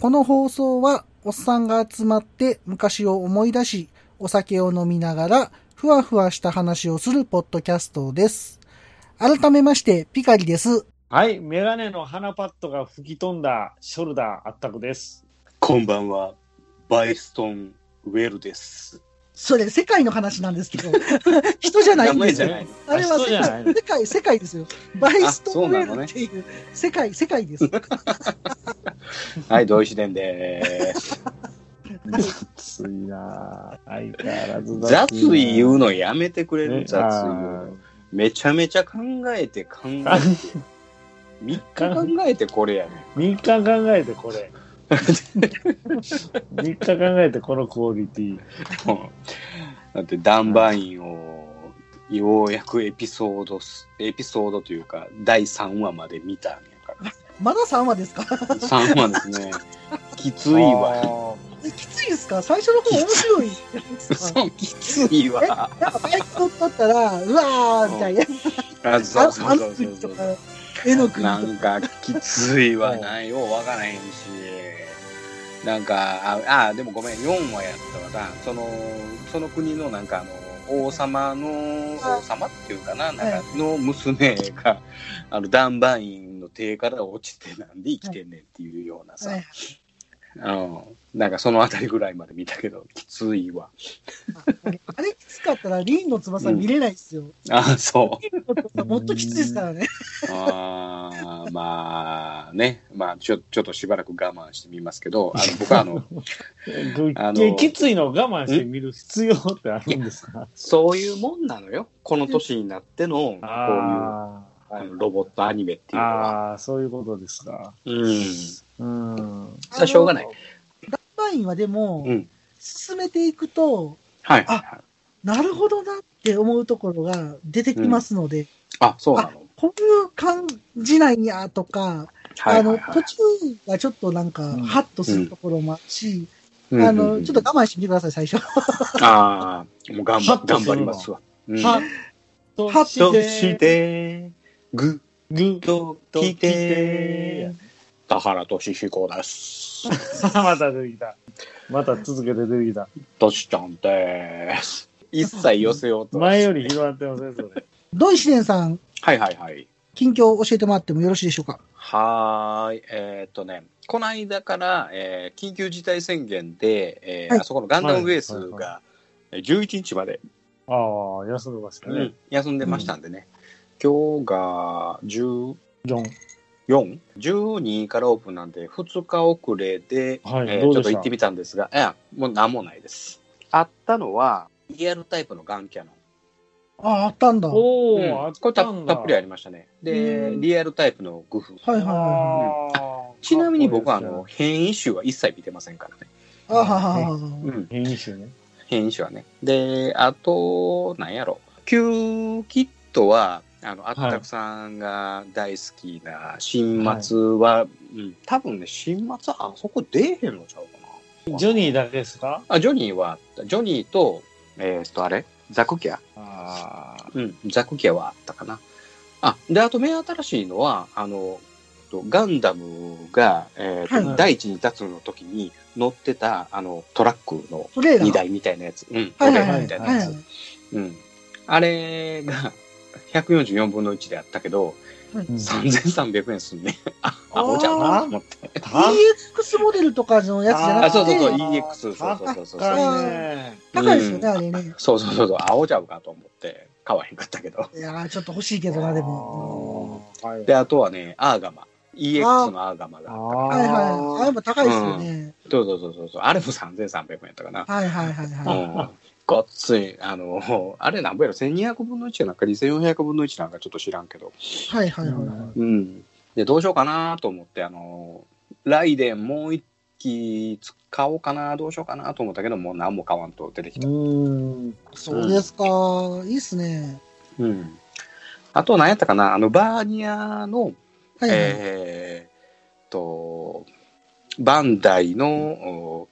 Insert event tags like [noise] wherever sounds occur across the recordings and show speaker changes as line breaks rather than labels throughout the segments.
この放送は、おっさんが集まって昔を思い出し、お酒を飲みながら、ふわふわした話をするポッドキャストです。改めまして、ピカリです。
はい、メガネの鼻パッドが吹き飛んだショルダーあったくです。
こんばんは、バイストン・ウェルです。
それ、世界の話なんですけど、 [laughs] 人じゃないんですよ。
名前じ
あれは
人じ
世
ゃないの
界、世界、世界ですよ。バイス
あ
ト
そ
ン
う
ウ
な
ェ
の
ル
ね
っていう、世界、世界です。
ゃない。はい、同士伝 [laughs] です。
雑いなぁ。相変わらず
雑い言う
の
のやめてくれる、雑い言うの。めちゃめちゃ考えて考え [laughs] て。3日考えてこれやね。
3日考えてこれ。3日考えてこのクオリティ。
うんだ [laughs] って、ダンバインを、ようやくエピソードす、エピソードというか、第3話まで見たんやから。
まだ3話ですか
[laughs] 3話ですね。きついわ。
わ。
きついですか最初の方面白いじゃないですか。
[laughs] そう、きついわ。
なんかバイトだったら、うわーみたいな、
あ、そうそ
あ
う
の
そうそう
国と
そう。
か、絵の国
な
とか、
んかきついわ
うん
ないようわからへんしなんかああでもごめん4話やったわなそのその国のなんかあの王様の王様っていうかななんかの娘があのダンバインの手から落ちてなんで生きてんねんっていうようなさ、
はい
あのなんかその辺りぐらいまで見たけどきついわ
[laughs] あれきつかったら、リンの翼見れないですよ。
あそう
リンの翼もっときついですからね。
あーまあねまあちょちょっとしばらく我慢してみますけどあの僕はあのあの
きついのを我慢して見る必要ってあるんですか
そういうもんなのよ。この年になっての、こういうあ
あー
のロボットアニメっていうのは。
あー、そういうことですか。
うん。
うん。
それはしょうがない。
ダンバインはでも、
うん
進めていくと、
はい。
あなるほどなって思うところが出てきますので、
あ、そうなの。
こういう感じなんやとか、
はいはい
あ
は
の
い。
途中がちょっとなんか、
うん
ハッとするところもあるし、
うん
あ
う
の
ん
ちょっと我慢してみてください、最初。 [laughs]
ああ、もう頑
ハ
張
ッと
頑
するわ
張りますわ。うん
はと
は
と
し、
してて、ぐ
ぐ
っと
来
来
て
て、田原俊彦
[laughs]
です。
また出てきた。また続けて出てきた。
としちゃんです。一切寄せようと。
前より広がってますね、それ。
ドイシデンさん、
はいはいはい。
近況を教えてもらってもよろしいでしょうか。
はーい、えーっとね、この間から、えー緊急事態宣言で、えー
はい
あそこのガンダムウェイ
はい
ス
はいは
がえー11日まで、
ああ、休んでました
う
ね
ん。休んでましたんでね、今日が
ジョン。
14、12からオープンなんで、2日遅れで、
はい
えー
どう
ち
でした
ょっと行ってみたんですが、いや、もうなんもないです。あったのは、リアルタイプのガンキャノン。
ああ、あったんだ。は
お
うん
ー、あっ
これ
た
た
ん
た
だ。
っぷりありましたね。で
う、ん
リアルタイプのグフ。
いはいは
あー
ちなみに僕はあの、、変異種は一切見てませんからね。
い。あははは
う
は。
ん
変異種ね。
変異種はね。で、あと、なんやろ、キューキットは、あの、あったくさんが大好きな新松は、うん、多分ね、新松はあそこ出えへんのちゃうかな。
ジョニーだけですか
あ、ジョニーはあった、ジョニーと、えーっと、あれザクキャ
ああ。
うん、ザクキャはあったかな。あ、で、あと目新しいのは、あの、とガンダムが、えーっと
はい
第一に立つの時に乗ってた、あの、トラックの
トレーラー。
荷台みたいなやつ。うん、
はいはい
ト
は
レーラー
い。
みたいな
は
や
い
つ
はい。
うん。あれが144分の1であったけど、3300円すんね。あ、あおちゃうなと思って。
EX モデルとかのやつじゃなくて、
あ、そうそうそう、
えー
EX。そうそうそうそう。
高いね。
高いですよね、あれね。
そうそうそうそう、あおちゃうかと思って、買わへんかったけど。
いやーちょっと欲しいけどな、でも。
あー。はい
で、あとはね、アーガマ。EX のアーガマ
あ
が。
ー
はいはい。あれも高いですよね。
そうそうそうそうそう、あれも3300円やったかな。
はいはいはいは
うんごっつい、あの、あれなんぼやろ、1200分の1やなんか2400分の1なんかちょっと知らんけど。
い。はいはいはいはい。
うん。で、どうしようかなと思って、あの、ライデンもう一機使おうかな、どうしようかなと思ったけど、もう何も買わんと出てき
う
た。
ん。
そうですか。いいっすね。
うん。あと、何やったかな、あの、バーニアの、
はいはい。
えーっと、バンダイの、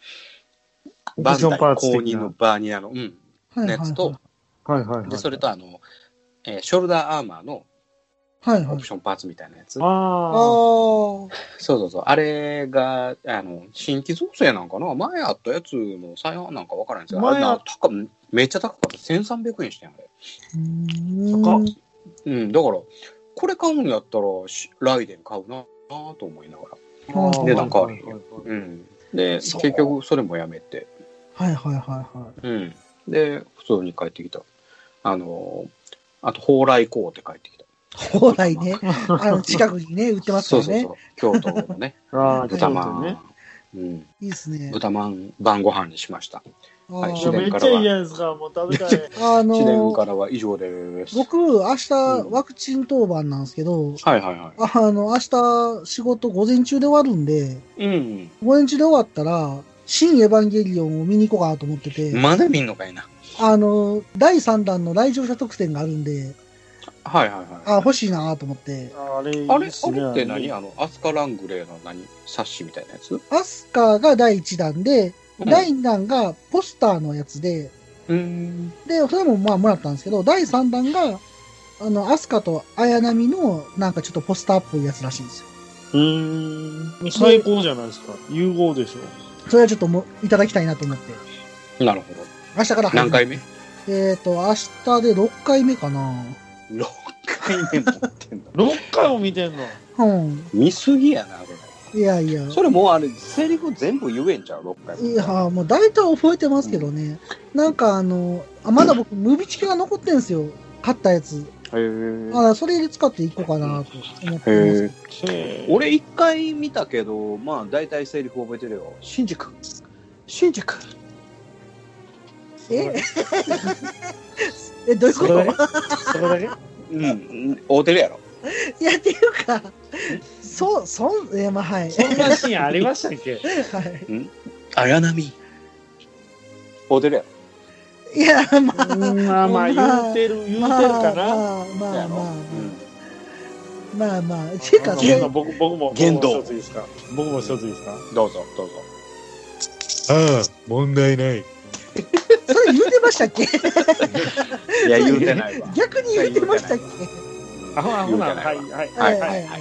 おバンダイ公認のバーニアの、うん、
はいはい
やつと、
はいはいはい。
で、それとあの、えーショルダーアーマーの
はいは
オ
い
プ。ションパーツみたいなやつ。
あ
あー
あ。
そうそうそう。あれが、あの、新規造成なんかな前あったやつの再販なんかわからないんですけど、あれ
前あ
な高くめっちゃ高かった。1300円してんあれ。
高っ
ん。
うん、だから、これ買うんやったら、しライデン買うな、なと思いながら。
あー
値段変わ
る
るうん。で、
そ
結
う
局それもやめて。
はいはいはいはい。
うん。で、普通に帰ってきた。あの、あと、蓬莱港って帰ってきた。
宝来
[laughs]
ね、あの近くにね、売ってます
そ
よ
う
ね。
そうそう。京都
[laughs]
のね、
ああ、ちょ
豚
っ
ま
と
ん。
ね。
うん。
いいですね。
豚まん晩ご飯にしました。
あ
はい
いやめ
ー
っちゃいいじゃないですか。もう食べたい。
あの
自伝か
ー、
らは以上です。
僕、明日
うん
ワクチン当番なんですけど、
はいはいは
あの、明日仕事午前中で終わるんで、
い。うん。
午前中で終わったら、新エヴァンゲリオンを見に行こうかなと思ってて、
まだ見んのかいな。
あの、第3弾の来場者特典があるんで、
はいはいはい。
あ、欲しいなと思って。
あれ、
[laughs] あ
いい
れ、
っす
あ
ね
れって何
あ
あの、アスカラングレーの何冊子みたいなやつ
アスカが第1弾で、
うん
第2弾がポスターのやつで、
うん。
で、それもまあもらったんですけど、第3弾が、あの、アスカと綾波のなんかちょっとポスターっぽいやつらしいんですよ。
うん。
れ最高じゃないですか。融合でしょ。
それはちょっともういただきたいなと思って。
なるほど。
明日から入
何
る
回目
えっ、と、明日で6回目かな
?6 回目もやってんの。
6回も見てんの。
うん。
[laughs] 見すぎやな、これ。
いやいや。
それもうあれ、セリフ全部言えんちゃう ?6 回目。
いやーもう大体覚えてますけどね。なんかあの、あまだ僕、ムービチケが残ってんすよ。買ったやつ。
へ
あそれで使っていこうかなと思ってます。
え。
へ
俺1回見たけど、まあ大体セリフ覚えてるよ。新宿。新宿。
ええ、どういう
そ
こ
れだけ
と
それだけ
うん。合うてるやろ。
いや、っていうか、そう、そん、え、まあ、はい。
そんなシーンありましたっけ
は
綾波。合うてるやろ。
い。いや、まあ、
まあまあ、言うてる、言うてるかな。
まあまあまあまあ
う
まあまあていうか
あ
それ
僕僕僕も、
言
僕も
動
一ついいですか。僕も一ついいですか。
ん、どうぞどうぞ
ああ、問題ない。
それ言うてましたっけ [laughs]
いや言うてないわ
逆に言うてましたっけ
あほな、ほ
言うて
な、
ない
はい、はい。
わ
は
はいい
は
はいい
は
はいい
は
はい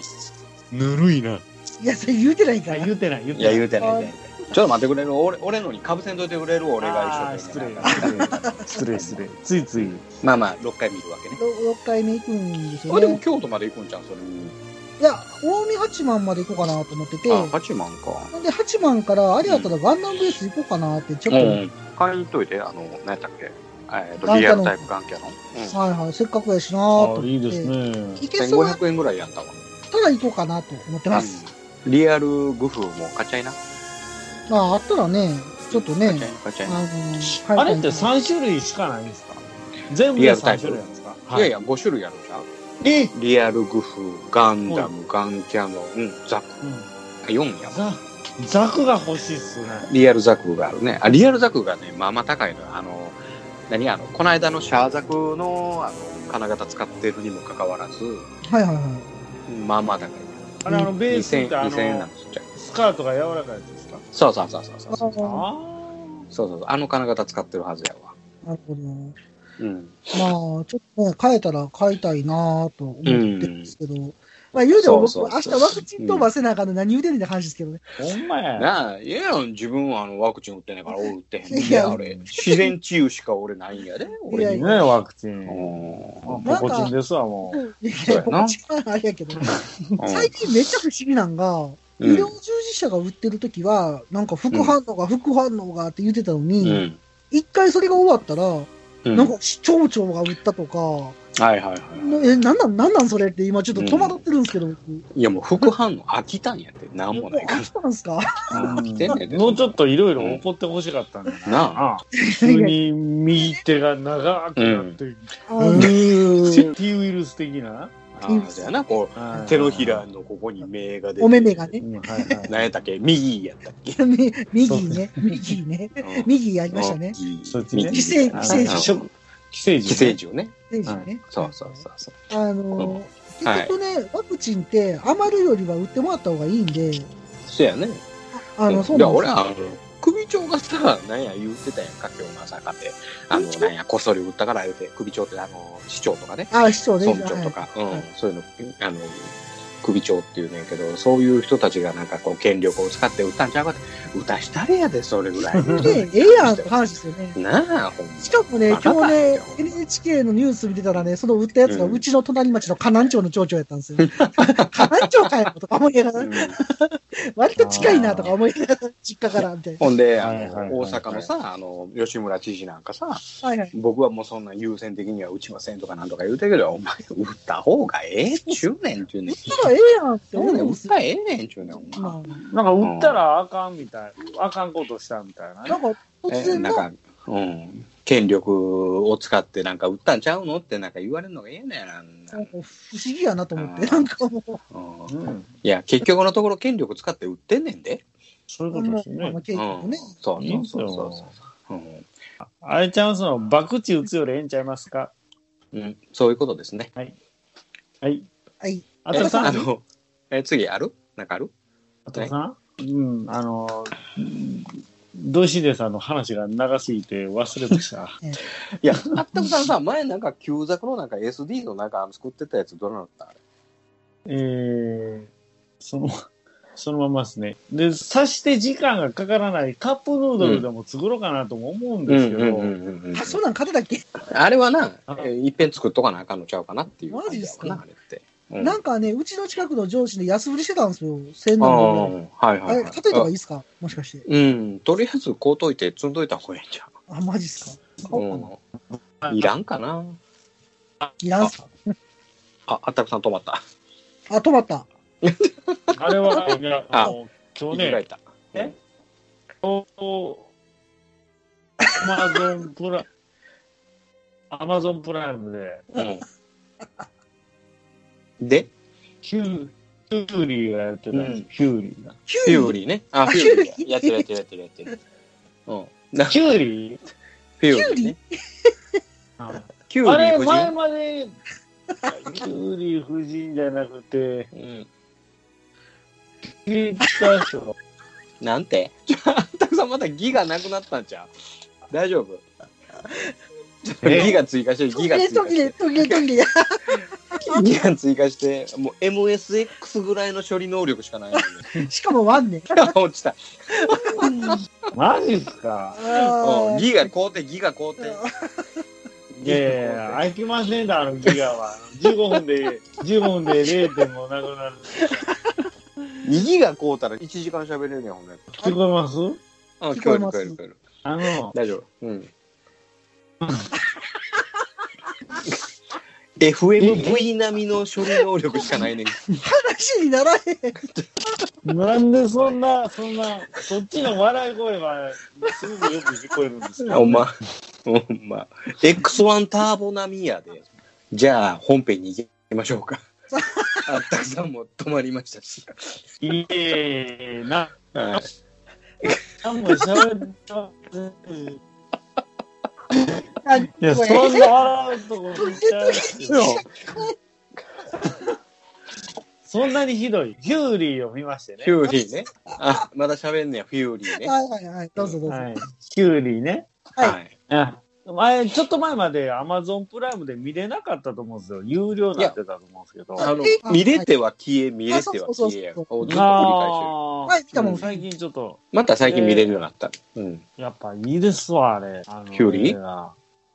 い
ぬるいな。
いやそれ言うてないから
言うてない、言う
いや
てな
言
い。
うてないねちょっと待ってくれる俺俺のにかぶせんといてくれる俺
あ
が
ー
一
失
緒
礼
で、
失礼、失礼。ついつい。
まあまあ6回見るわけね
ろ6回目行くんですよ
これでも
ね
京都まで行くんじゃんそれ
いや近江八幡まで行こうかなと思ってて
あ八万か
なんで八幡からあれやったらガンダムベース行こうかなってち
う
ょっと、
ん買いにといてあの何やったっけえーと
ガンキャノン
リアルタイプガンキャノン
はいはいせっかくやしなと思って
ね。
行けそうやっ
1500円ぐらいやったわ
たら行こうかなと思ってます、
うんリアルグフも買っちゃいな
まああったらねちょっとね
買っちゃい買っちゃ
あ
い
の
な
ーはい
あれって3種類しかないんですか全部
リ
で
アルタ
3
イプ
種類なんですか
いやい
や。
や5種類あるじゃん
え
リアルグフガンダムガンキャノンザク
うん
4やもん
ザ、ザクが欲しいっすね。
リアルザクがあるね。あ、リアルザクがね、まあまあ高いのよ。あの、何あの、この間のシャーザクの、あの、金型使ってるにもかかわらず、
はいはいはい
まあまあ高い。
あれ、あの、ベースって
2000、
あ
2000円なん
の、
ですよ。
スカートが柔らかいやつですか
そうそうそうそうそうそう。
あー
あ
そうそうそう。あの金型使ってるはずやわ。
なるほど。
うん。
まあ、ちょっとね、変えたら変えたいなぁと思ってるんですけど、まあ、言うても僕、
そうそうそう
明日ワクチン当番せなあかんの何言うてんねんって話ですけどね。
あ、ほんまや。
なあ、いや、自分はあの、ワクチン打ってないから、俺打ってへんねん。
い
い
や
や、俺、自然治癒しか俺ないんやで、
い
俺。
や
いいね、ワクチ
う
ン。
ん
あポコチンですわ、もう。
[laughs] い
そう
や、
やな
僕、一番あれやけど、最近めっちゃ不思議なんが、
うん
医療従事者が売ってる時は、なんか副反応が、副反応がって言ってたの
う
に、
ん。
一、回それが終わったら、
うん。
なんか市長長が売ったとか、
はいはいはい。
なえ、なんなん、なんなんそれって今ちょっと戸惑ってるんですけど、僕。
いや、もう副反応飽きたんやって。なん
も
も
う
ないから
飽。きたんすか
飽きてんねんで
もうちょっといろいろ怒ってほしかったんだな。
な
あ
あ。
急に右手が長くなって、
あ
う [laughs]
の
ーん T ウイルス的な
あーそうやな、こ
は
う、
い
手のひらのここに目が出
[laughs]
て。
お目目
[laughs]
がね。
うんはいはい
何やったっけ右やったっけ
み右ね、右ね、 [laughs] 右やりましたね。
そっちね
寄生寄生
あ
獣
食寄生
寄
児
生獣ね。
選手ね。
そうそうそうそう。
あのー、結局ね、ワクチンって余るよりは売ってもらった方がいいんで、
そうやね。
あの、そう
いや、
なんで
俺
すよ
は、あの首長がさ、なんや言ってたやんか、今日の朝かで。あの、なんや、こっそり打ったから言うて、首長って、あの、市長とかね、
あ、市長ね。
村長と
は
か、うん、そういうの、あの、首長っていうねんけど、そういう人たちがなんかこう、権力を使って歌んちゃうかって、歌したれやで、それ
[laughs]
ぐらい。
で、ええやんって話ですよね。
[laughs] なあ、ほんま。
しかもね、
バ
今
カ
日
だ
ね
よ、
NHK のニュース見てたらね、その売ったやつが
うん
うちの隣町の河南町の町長やったんですよ。河南町かよとか思いなが
う
ら、
ん
割と近いなとか思いながら、実家からみたいな。
ほんで、あの
はいはいはいはい
大阪のさ、あの、吉村知事なんかさ、
はいはい。
僕はもうそんな優先的には打ちませんとかなんとか言うてるけど、お前、打った方がええっちゅうねんっていうねん。
そしたらええやんって思
そうう
ん
ねん、打
で
っ
す
た
よ。
らええねんっちゅうねん、お前。
ま
なんか売ったらあかんみたい、あかんことしたみたい
あ、
なね
な。んか、突
え
然
なん
な、
か、うん、権力を使ってなんか売ったんちゃうのってなんか言われるのがええねんあんな
なんか不思議やなと思って、
あー
なんかもう、
うん
うん、
いや結局のところ権力使って売ってんねんで、
そういう
あ
こと
の
ですね。
まあ、ケ
う
ー
ん
キもね、
そう
いい
そ
ん
う
す
そう
よ
そうそう、うん
あれちゃん、その、爆打つよりええんちゃいますか
うん、そういうことですね
はい。
はい。
あ
え
とさ
あ
ん、
のえ次あるなんかある
あとさん、うん、あの、ドシデさんの話が長すぎて忘れました。
いやあったくさんさ前なんか旧作のなんか SD のなんかあの作ってたやつどうなったあれ
[laughs] えー、その、 [laughs] そのままですね。で、さして時間がかからないカップヌードルでも作ろうかなとも思うんですけど、
うんうん
あ、そうなん勝てたっけ
あれはな
あ
えいっぺん作っとかなあかんのちゃうかなっていう
マジ
感
っ
じや
す
わ
か
なあれって、うん、
なんかね、うちの近くの上司で安売りしてたんですよ。千
ああ
何
はい
あ
はい、は
れ、
い、
勝てた方がいいですかもしかして。
うん、とりあえず買うといて積んどいた方がいいんじゃ
あ、マジっすか
う
買おうかな。
ん。いらんかな。
いらんっすか
あ、あったくさん止まった。
あ、止まった。
あれは、いや、
あ
あの今日
いじられ
ね、
た。
え今日、アマゾンプラ、アマゾンプライムで、
うん。 [laughs] で、
キュキュウリがやってたんです、
うん
キュウリが。
キ
フ
ュ
ュ
ウ
ー
リ
リーね。あ、
あ
フューリ
フューリー
ー。やってるやってるやってるやってる。うん。なフ
キュウリ
ューリーね。
あ
キュ
あ
ーリー
れ、
夫
前
人。
まで、キュウリ夫人じゃなくて、
うん。
聞いた人、
なんて。 [laughs] ちょあったくさんまたギがなくなったんちゃう。大丈夫。ちょっと
え
ギガ追加して、
途切
ギガ
れ
追
途
加
切
し
れ
て。
途切れ途切れ。
[laughs] ギガ追加して、もう MSX ぐらいの処理能力しかないのに。 [laughs]
しかもワンね。
落ちた。
マジっすか
あ
うん
ー
ギガ買うて、ギガ買うて。
いやいやい
[laughs]
や、飽きませんだ、あのギガは。15分で、15分で0.5なくなる。
2ギガ買うたら1時間喋れるやん、ほんで。
聞こえます
あ、
[laughs] 聞こえます
聞こえる。
あの、
大丈夫。うん。FMV 並みの処理能力しかないねん。
話にならへん。
なんでそんな、そんな、そっちの笑い声は、すごくよく聞こえるんですか
ほんま。ほんま。X1 ターボ並みやで。じゃあ、本編に行きましょうか。あったくさんも止まりましたし。
いえいえいえ、な、
はい。
なんも喋ってません。い
何 [laughs]
や、
これ
そんな笑うとこ見ちゃうそんなにひどい。ヒューリーを見ましてね
フ。ューリーね。あ、まだ喋んねや、フューリーね。
はいはいはい。どうぞどうぞ。
はい。ヒューリーね。
はい
はい。
あ前ちょっと前までアマゾンプライムで見れなかったと思うんですよ。有料になってたと思うんですけど。
あの
え、
見れては消え、見れ
あそう
て
そ
は
うそうそ
消
う
えや。をずっと繰り返してる。
あー
はい見たもん
うん最近ちょっと、
また最近見れるようになった。うん。
やっぱいいですわ、あれ。あの
キュウリ
映画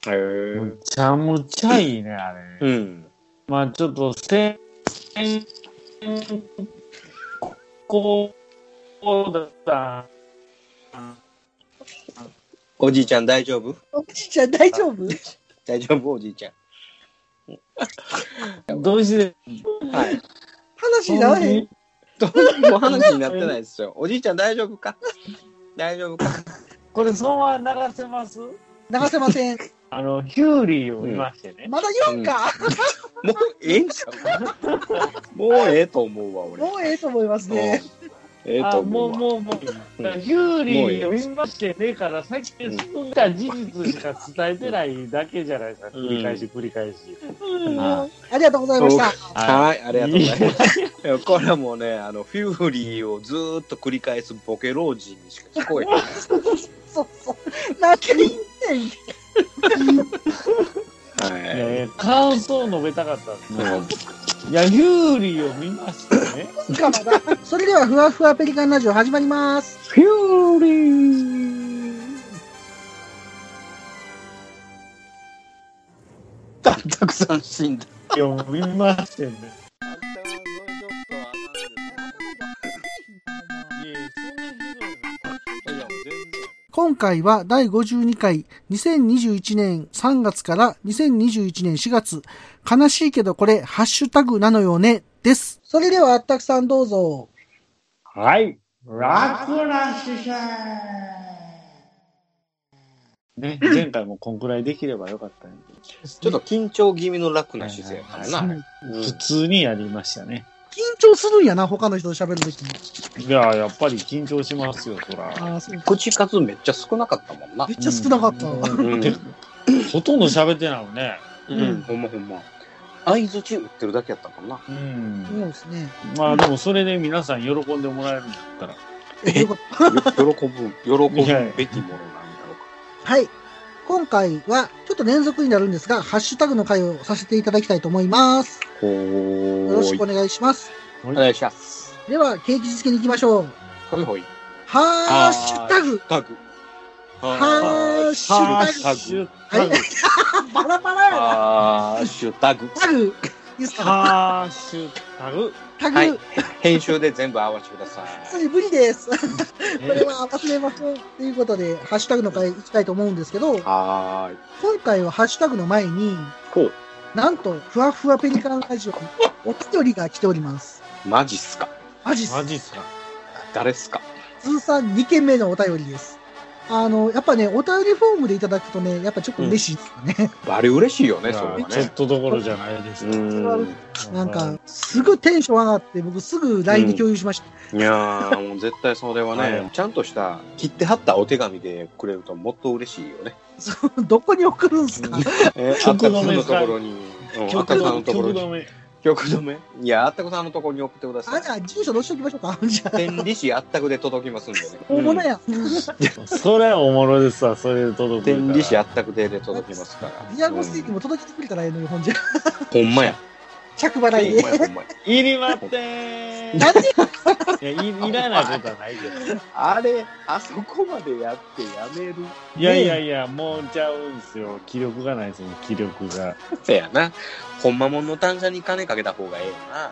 へ
む
え。
ちゃむちゃいいね、あれ。
うん。
まあちょっと、先行だった。
おじいちゃん大丈夫
おじいちゃん大丈夫
大丈夫おじいちゃ
どうして、
ん。はい。
話にならへん。
どうも話になってないですよ。おじいちゃん大丈夫か大丈夫か
これ、そのまま流せます
流せません。
あの、ヒューリーを見ましてね。
まだ言わんか。
もうええんちゃうもうええと思うわ、俺。
もうええと思います
うん
ね。
ええと
あも
思
う
う
も
わ。
うもう、
うん
ヒューリーを見ましてねから、さっき進んだ事実しか伝えてないだけじゃないですか、
うん
繰り返し繰り返し。
うん
あ
ありがとうございました。
はい、ありがとうございます。いやこれはもうね、あの、フューリーをずーっと繰り返すボケ老人にしか聞こえない。
そうそう。なんて言ってん
はい。 [laughs]
えー感想を述べたかったんですね。
うん
いや、有利を見ましたね。
いいかまだ。それでは、ふわふわペリカンラジオ始まります。
有利
たたくさん死んだ。
を見ましてね。
今回は第52回2021年3月から2021年4月悲しいけどこれハッシュタグなのよねです。それではあったくさんどうぞ。
はい。楽な主者ね、前回もこんくらいできればよかったんやけ
ちょっと緊張気味の楽な姿勢やから
は
な。
ど普通にやりましたね。
緊張するんやな、他の人と喋るときに。
いや、やっぱり緊張しますよ、そら。
ああ、そうか。
口数めっちゃ少なかったもんな
め。っちゃ少なかった。
うん
うん
でほとんど喋ってないもんね。
うん、ほんまほんま。相づち打ってるだけやったもんな。
うん。
そうですね。
まあでもそれで皆さん喜んでもらえるんだったら。
え
よかっ
喜ぶ、 [laughs] 喜ぶべきものなんだろうか。
たはい。今回はちょっと連続になるんですが、ハッシュタグの回をさせていただきたいと思います。
ほ
よろ
ー
し
い
くお。願いします。
お願いします。
では、景気づけに行きましょう。
ほいほい。
ハッシュタグ
タグ。
ハッシュ
ハ
タ
ッ
グ
シュ
は
タ
い
グ。。
バラバラやな。
ハッシュタグ。
タグ、いいですか
ハッシュタグ。
タグ、
はい。編集で全部合わせてください。
それ無理です。これは忘れません。ということで、ハッシュタグの回行きたいと思うんですけど、
はーい。
今回はハッシュタグの前に、
ほう。
なんと、ふわふわペリカンラジオにお便りが来ております。
マジっすか
マジっす
マジっすか。
誰っすか
通算2件目のお便りです。あの、やっぱね、お便りフォームでいただくとね、やっぱちょっと嬉しいですよね。
あれ嬉しいよね、それは
ちょっ
ね。
とどころじゃないです
う
ね。
ん。
なんか、すぐテンション上がって、僕すぐ LINE で共有しました。
いやー、もう絶対それは
は
ね
い、
ちゃんとした、切って貼ったお手紙でくれるともっと嬉しいよね。
そうどこに送るんすか、
えー、あった
曲止
くさん
め
の
さ
ところに、うんあっ
曲
たくさんの
止
ところに、
め。
曲止めいや、あったくさんのところに送ってくださ
あ、
い
じ。ゃあ、住所どうしときましょうか。じゃあ、
天理市あったくで届きますんでね。
大物やん。 [laughs]
それはおもろですわ、それで
うん
届く。
天理市あったくでで届きますから。
リアゴステーキも届けてくれたらええのに、ほんじゃ。
うんほんまや。
着
ほ
払い
ん
で
ま。や、ほんまや。
いりまってー
なんで
いやい、いらないことはないけど。
あれ、あそこまでやってやめる。
いやいやいや、もうちゃうんですよ。気力がないですもん、気力が。
せやな。ほんまもんの単車に金かけた方がええよな、あ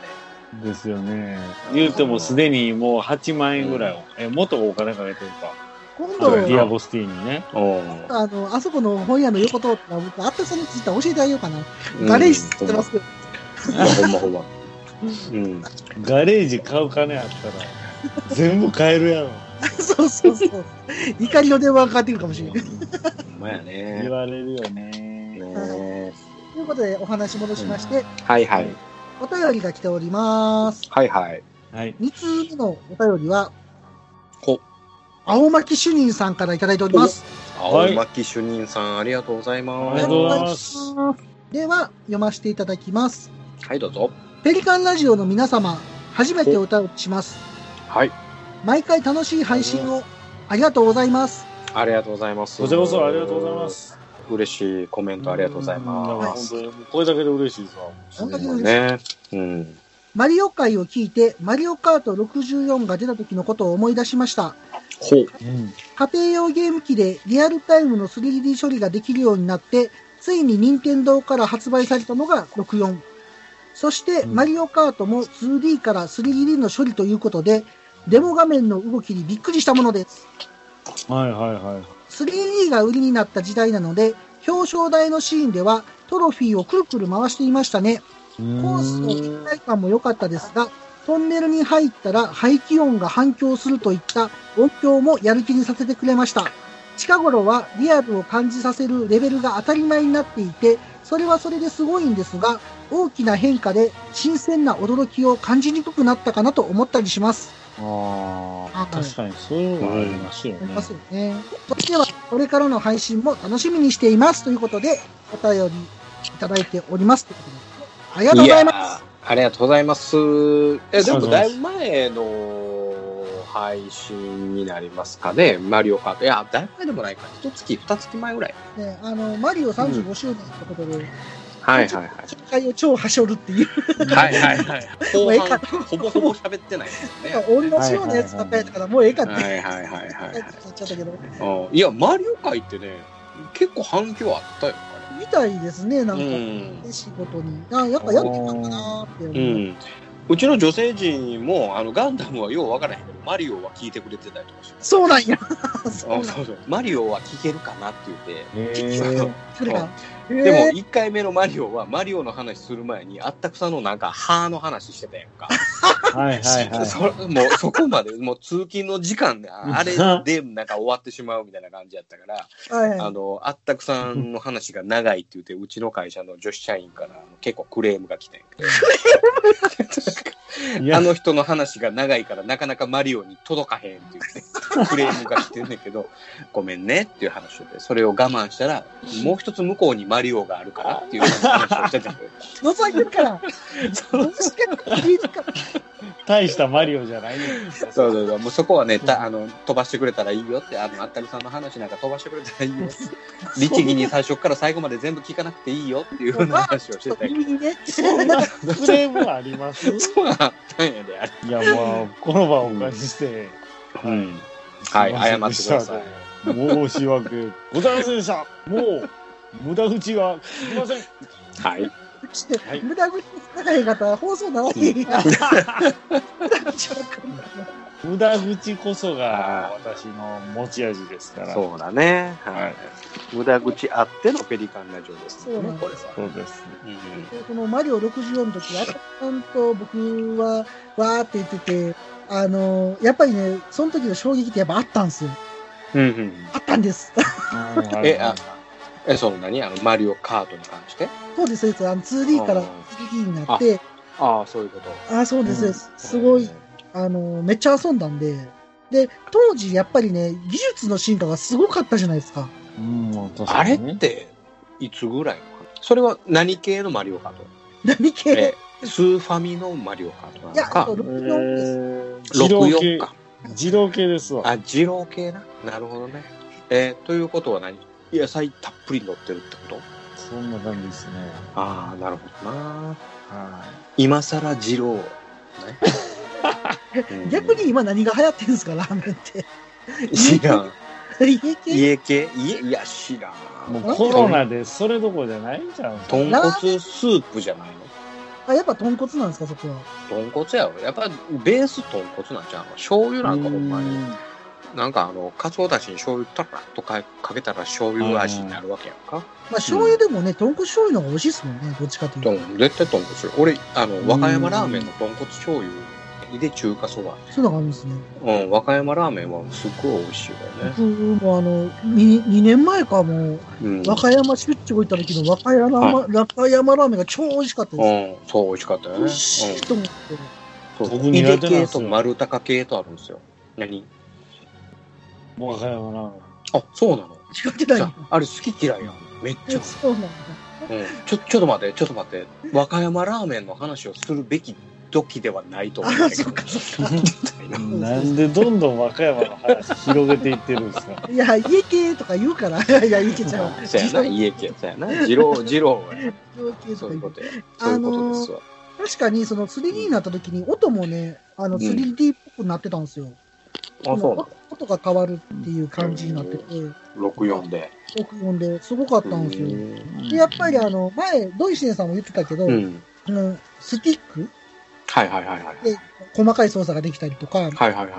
れ。
ですよね。言うてもすでにもう8万円ぐらいを、え、もっとお金かけてるか。
今
そ
度
うや、
ディアゴスティーニね。
お
あの、あそこの本屋の横通ったら、僕、あったさんについて教えてあげようかな。ガレージってますけど、
ほんまほんま。うん。
ガレージ買う金あったら、全部買えるやろ。
そうそうそう。怒りの電話がかかってくるかもしれない。
ほんまや
言
ね。
われるよね。
ね
ということで、お話戻しまして、
はいはい。
お便りが来ております。
はいはい。
はい。
2通目のお便りは、
ほ
青巻主任さんからいただいております。
青巻主任さん、ありがとうござい
おあ
ま
り
す
がとうございます
お願いしますでは、読ませていただきます。
はい、どうぞ。
ペリカンラジオの皆様、初めてお歌をします。
はい。
毎回楽しい配信をありがとうございます。
ありがとうございます。
こちらこそありがとうございま。す。
嬉しいコメントありがとうございます。
うん。本当にこれだけで嬉しいさ。
本当に
もう
嬉しい。
ね。うん。
マリオ界を聞いて、マリオカート64が出た時のことを思い出しました。
ほう。
うん。
家庭用ゲーム機でリアルタイムの 3D 処理ができるようになって、ついに任天堂から発売されたのが64。そして、
うん
マリオカートも 2D から 3D の処理ということで、デモ画面の動きにびっくりしたものです。
はいはいはい。
3D が売りになった時代なので、表彰台のシーンではトロフィーをくるくる回していましたね。
コ
コースの一体感も良かったですが、トンネルに入ったら排気音が反響するといった音響もやる気にさせてくれました。近頃はリアルを感じさせるレベルが当たり前になっていて、それはそれですごいんですが、大きな変化で新鮮な驚きを感じにくくなったかなと思ったりします。
ああ、
はい
確かにそういうのがありますよね。
思いますよね。そしては、これからの配信も楽しみにしていますということで、お便りいただいておりますということで、ありがとうございます。
やーありがとうございます。え、でもだいぶ前の配信になりますかね、マリオカート。いや、だいぶ前でもないか。一月、二月前ぐらい。
ね、あの、マリオ35周年ってことで、
はいはいはい。
紹介を超はしょるっていう、
はいはいはい。
もうええ
後
かと、
半ほぼほぼ喋ってないですよね。
同じようなやつばっかりだから、もうええかって、
は
はい
はいはい
い、
はい
なっちゃったけど、
はいうん。いや、マリオ界ってね、結構反響あったよ、
みたいですね、な
あ
ん
れ。
か、
うん。
仕事に。あやっぱやってたんかなーって思う。
うん。うちの女性陣も、あの、ガンダムはようわからへんけど、マリオは聞いてくれてたりとかして。
そうなん
[laughs]
や。そうなん
あそうそう。マリオは聞けるかなって言って。
え
それが。え
[laughs] でも
ー、
1回目のマリオはマリオの話する前にあったくさんのなんか歯の話してたやんか、
はいはいはい。
そもうそこまでもう通勤の時間であれでなんか終わってしまうみたいな感じやったから
はいはい
あのあったくさんの話が長いって言ってうちの会社の女子社員からあの結構クレームが来てんけ
い
ど
や
あの人の話が長いからなかなかマリオに届かへんって [laughs] 言ってクレームが来てんねんけどごめんねっていう話をしてそれを我慢したらもう一つ向こうにマリオがあるからっていう話をしてて。
覗いてるから。どうしても聞いてるから。
大したマリオじゃ
[laughs]
ないね。
[laughs] そうそうそう、もうそこはね、たあの飛ばしてくれたらいいよって、あの、あったりさんの話なんか飛ばしてくれたらいいよ。 [laughs] 律儀に最初から最後まで全部聞かなくていいよっていうふうな話を
ち
して
ょっと
[laughs] たけど。
耳にね。
クレームはあります。い
そうだったんやで、あれ。
や、まあ、この場をお借りして、
うん。はい
すませんでし
謝って
た申し訳ございませんでした。もう、無駄口が、すいません。
はい。
して
はい
無駄口の長い方、放送長いな。無駄口ばっかりだな
無駄口こそが
あ
私の持ち味ですから。
そうだね。
はい。
無駄口あってのペリカンラジオです
そうなんです
れは。
そうです。
うん
でこのマリオ64の時、あたさんと僕は、わーって言ってて、あの、やっぱりね、その時の衝撃ってやっぱあったんですよ。
うんうん。
あったんです。 [laughs]
え、あ、え、その何あの、マリオカートに関して
そうです、そうです。あの 2D から 3D になって、
ああ、そういうこと。
ああ、そうです、そうです。すごい、あの、めっちゃ遊んだんで、で、当時やっぱりね、技術の進化がすごかったじゃないですか。 [laughs]
うん。うん、確
あ
か
れ
にね
って、いつぐらいのそれは何系のマリオカート
何系
えースーファミのマリオカートない
や、
の
あ
か
と、64です。、
二郎
64
系
か。
自動系ですわ。
あ、二郎系な。なるほどね。えーということは何野菜たっぷり乗ってるってこと
そんな感じですね。
ああ、なるほどな。
は
今更二郎。ね
逆に今何が流行ってるんですか、ラーメンって。
うん知らん。
[laughs] 家系
家系家いや、知ら
い。
ん。
もうコロナでそれどころじゃないんじゃん。
豚骨スープじゃないの
あ、やっぱ豚骨なんですか、そこは。
豚骨やろ。やっぱベース豚骨なんちゃうの醤油なんかほんまに。なんかあの、かつおだしに醤油たらっとかかけたら醤油味になるわけやんか。
まあ、醤油でもね、豚骨醤油の方が美味しいですもんね、どっちかというと。
豚絶対豚骨よ俺あの
うん
和歌山ラーメンの豚骨醤油で中華そば
そういうのがあるんですね。
うん和歌山ラーメンはすっごい美味しいわよね、
僕もあの、2, 2年前かも、
うん、
和歌山出張行った時の和歌山,、
は
和歌山ラーメンが超美味しかったです。
うんそう美味しかったよね
美味しいと思って。
うん
僕
そう
苦手なん
入れ
ですよ
系と丸高系とあるんですよ何
和歌山ラーメ
あそうなの
違ってない
じゃああれ好き嫌いやんめっちゃ、
そうなんだ。
うん、ちょちょっと待ってちょっと待って和歌山ラーメンの話をするべき時ではないと思うんだけど
あそっ
[laughs]
かそ
ン。なんでどんどん和歌山の話広げていってるんですか。
いや、家系とか言うから、 [laughs] いや、いけちゃう。
そうやな家系そうやな二 [laughs] 郎二郎はや
家系と
そ
か
う
言
いう
う
ことやそういうことですわ、
確かに、その 3D になった時に音もね、あの
うん
3D っぽくなってたんですよ。
あそうな
この音が変わるっていう感じになってて、
の64で
僕読んで、すごかったんですよ。
う
で、やっぱりあの、前、ドイシネさんも言ってたけど、
ん。
あのスティック
はいはいはいはい。
で細かい操作ができたりとか、
はいはいはいは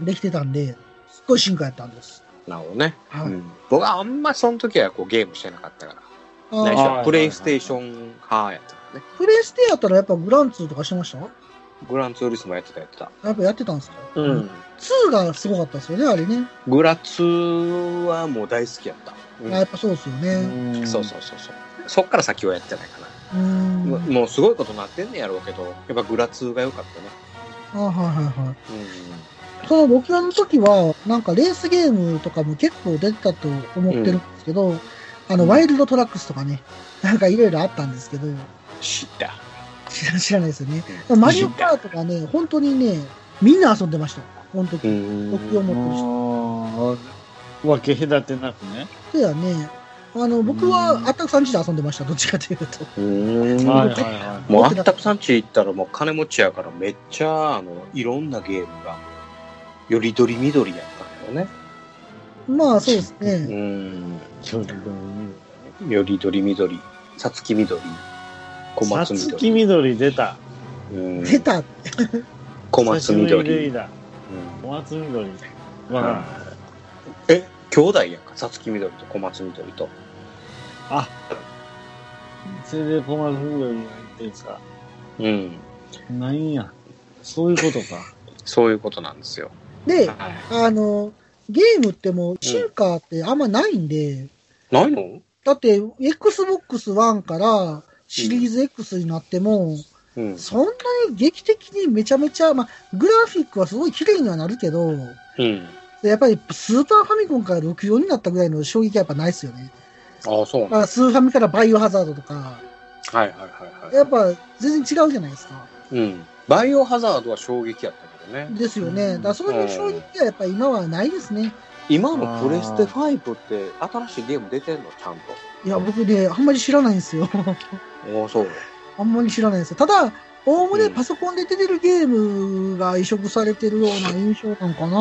できてたんで、すっごい進化やったんです。
い。なるほどね。
はい。
うん僕はあんまその時はこうゲームしてなかったから。
あ
ないし
ー
あ
は
ー
プレイステーション派やったからね。
プレイステやったらやっぱグランツーとかしてましたや
グランツーリスもやってたやってた。
っぱやってたんですか。2がすごかったですよね、あれね。
グラツーはもう大好きやった。
あやっぱそうですよね。
ん
そうそうそうそう。そっから先はやってないかな。
うーん。
もうもうすごいことなってんねやろうけど、やっぱグラツーが良かったね。
あはいはいはい。
う
その64の時は、なんかレースゲームとかも結構出てたと思ってるんですけど、あの、ワイルドトラックスとかね、 [laughs] なんかいろいろあったんですけど、
ん。知った。
知ら知らないですよね。マリオカートがね、本当にね、みんな遊んでました。この時。
うん。
64持ってる人。
あーわけ隔てなくね。
ではね、あの、僕
う
は
ん
あったくさんちで遊んでました、どっちかというと。
うーん
はいはいは
もうあったくさんち行ったらもう金持ちやからめっちゃあのいろんなゲームがよりどりみどりやったんだよね。
まあ、そうです
う
ね。
ん。
い。ちょっとうん
よりどりみどり、さつきみどり、小
さ
松み
つ
ど
き
り、
緑出た。
うん
出た。
小松みど
久しぶり
り。
だ。
うん
小松みどり。わかんない。
え、兄弟やんか、さつきみどりと小松みどりと。
あ、それで小松みどりが言ってるんですか。
うん。
なんや。そういうことか。
そういうことなんですよ。
で、
はい
あの、ゲームってもう進化ってあんまないんで、
ないの
だって、Xbox One からシリーズ X になっても、
うん。
そんなに劇的にめちゃめちゃ、まあ、グラフィックはすごい綺麗にはなるけど、
うん。
やっぱりスーパーファミコンから64になったぐらいの衝撃はやっぱないですよね。
ああ、そうなんだ。
まあ、スーファミからバイオハザードとか、
はいはいはい
や
は
っぱ全然違うじゃないですか。
い。うん。バイオハザードは衝撃やったけどね。
ですよね。
う
だ
ん
からそういう衝撃はやっぱ今はないですね。
今のプレステ5って新しいゲーム出てんのちゃんと。
いや、僕ね、あんまり知らないんですよ。 [laughs]
おお、そう。
あんまり知らないですよ。ただ、おおむねパソコンで出てるゲームが移植されてるような印象なんかな
う
ぁ
ーん。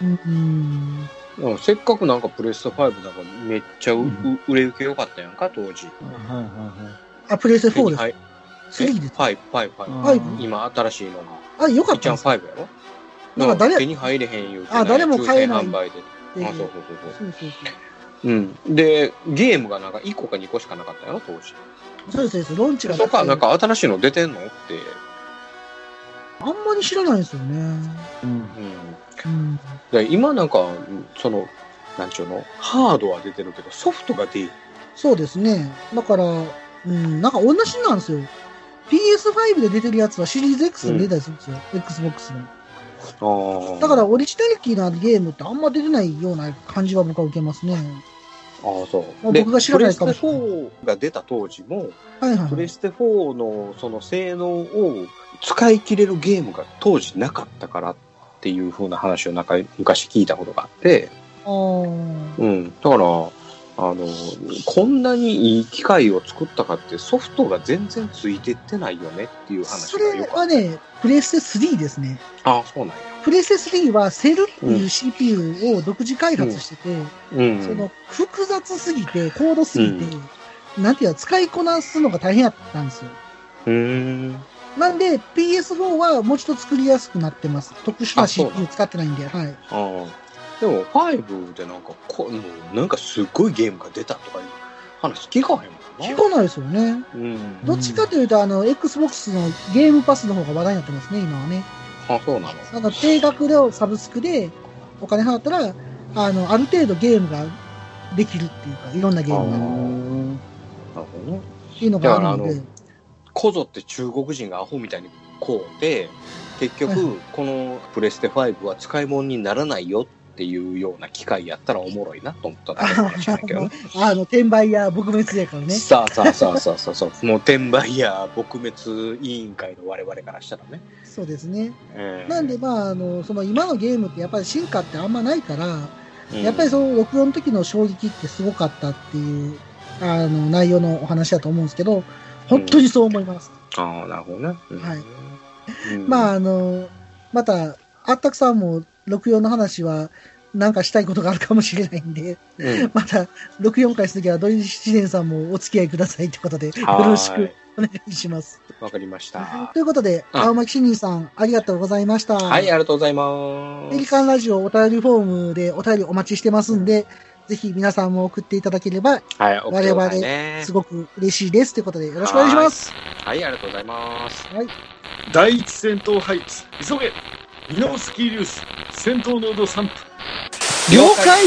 うん。
うんせっかくなんかプレステ5なんかめっちゃう、う
うん
売れ行き良かったやんか、当時。
はいは
あ、プレイステ4
手に
です。
入
3です。
え5、5、
い
5。
はい。
ファイブ
今新しいのが。
あ、よかっ
ち
た
ゃん
です。
5やろ
なんか誰
手に入れへんよ
あ誰も買えない
販売で。
えー
あ、そうそうそうそ
そうそう
う。うん。で、ゲームがなんか1個か2個しかなかったやろ、当時。
そう。そうですそうです。ロンチがな
そ
く
う
て。あ
か、なん
ん
か新しいの出てんのって。
まり知らないですよね。
うん。
うん。
うん。
で今なんか、その、なんちゅうのハードは出てるけど、ソフトが出る。
そうですね。だから、うん、なんか同じなんですよ。PS5 で出てるやつはシリーズ X で出たりするんですよ。Xbox の。
ああ。
だから、オリジナリティなゲームってあんま出てないような感じは僕は受けますね。
ああ、そう。
まあ
で
僕が知らないかもしれない
プレステ4が出た当時も、
はいはい
プ
は
レ
い。
ステ4のその性能を使い切れるゲームが当時なかったからっていう風な話をなんか昔聞いたことがあって、
あー
うん。だから、あの、こんなにいい機械を作ったかってソフトが全然ついてってないよねっていう話
そ
が
れ
よか
は
っ
ね、プレステ3ですね。
た。ああ、そうなんや。
プレステ3はセルって
う
い
ん
う CPU を独自開発してて、
うん。
その複雑すぎて、高度すぎて、なんていうの、使いこなすのが大変やったんですよ。
うーん。
なんで PS4 はもうちょっと作りやすくなってます。特殊な
あそう
CPU 使ってないんで、はい。
ああ。でも、5でなんかこ、もうなんかすごいゲームが出たとかいう話聞かへんもんな。
聞かないですよね。
うん。
どっちかというと、あの、Xbox のゲームパスの方が話題になってますね、今はね。
あ、そうなの。
なんか定額でサブスクでお金払ったら、あの、ある程度ゲームができるっていうか、いろんなゲームが
なるほどね。
っていうのがあるので、
だからこぞって中国人がアホみたいにこうで、結
う
局、このプレステ5は使い物にならないよっていうような機会やったらおもろいなと思っただけの話だけどね。
あの、転売や撲滅やから [laughs] ね。
さあさあさあさあさあそうもう転売や撲滅委員会の我々からしたらね。
そうですね。
ええ
なんで、まあ、あの、その今のゲームってやっぱり進化ってあんまないから、
うん
やっぱりその録音の時の衝撃ってすごかったっていう、あの、内容のお話だと思うんですけど、本当にそう思います。
ああ、なるほどね。うん
はい。
うん
まあ、あの、また、あったくさんも64の話は、なんかしたいことがあるかもしれないんで、 [laughs]
うん
また、64回するときは、ドリシデンさんもお付き合いくださいってことで、よろし
はー
く
い
お願いします。
わかりました。
ということで、
うん
青巻新人さん、ありがとうございました。
はい、ありがとうございま
ペリ
す。
カンラジオお便りフォームでお便りお待ちしてますんで、ぜひ皆さんも送っていただければ、
はい、送ってくださいね
すごく嬉しいです。ということで、よろしくお願いします。
はい、ありがとうございます。
第一戦闘配置。急げミノフスキー粒子。戦闘濃度3分。
了解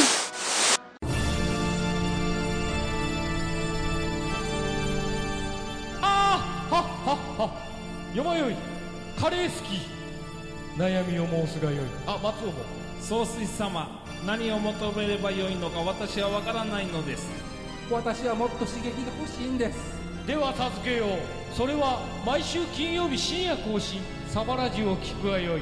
ああはっはっはよまよいカレー好き悩みを申すがよいあ松尾も
総帥様何を求めればよいのか私は分からないのです
私はもっと刺激が欲しいんです
では授けようそれは毎週金曜日深夜更新サバラジュを聞くがよい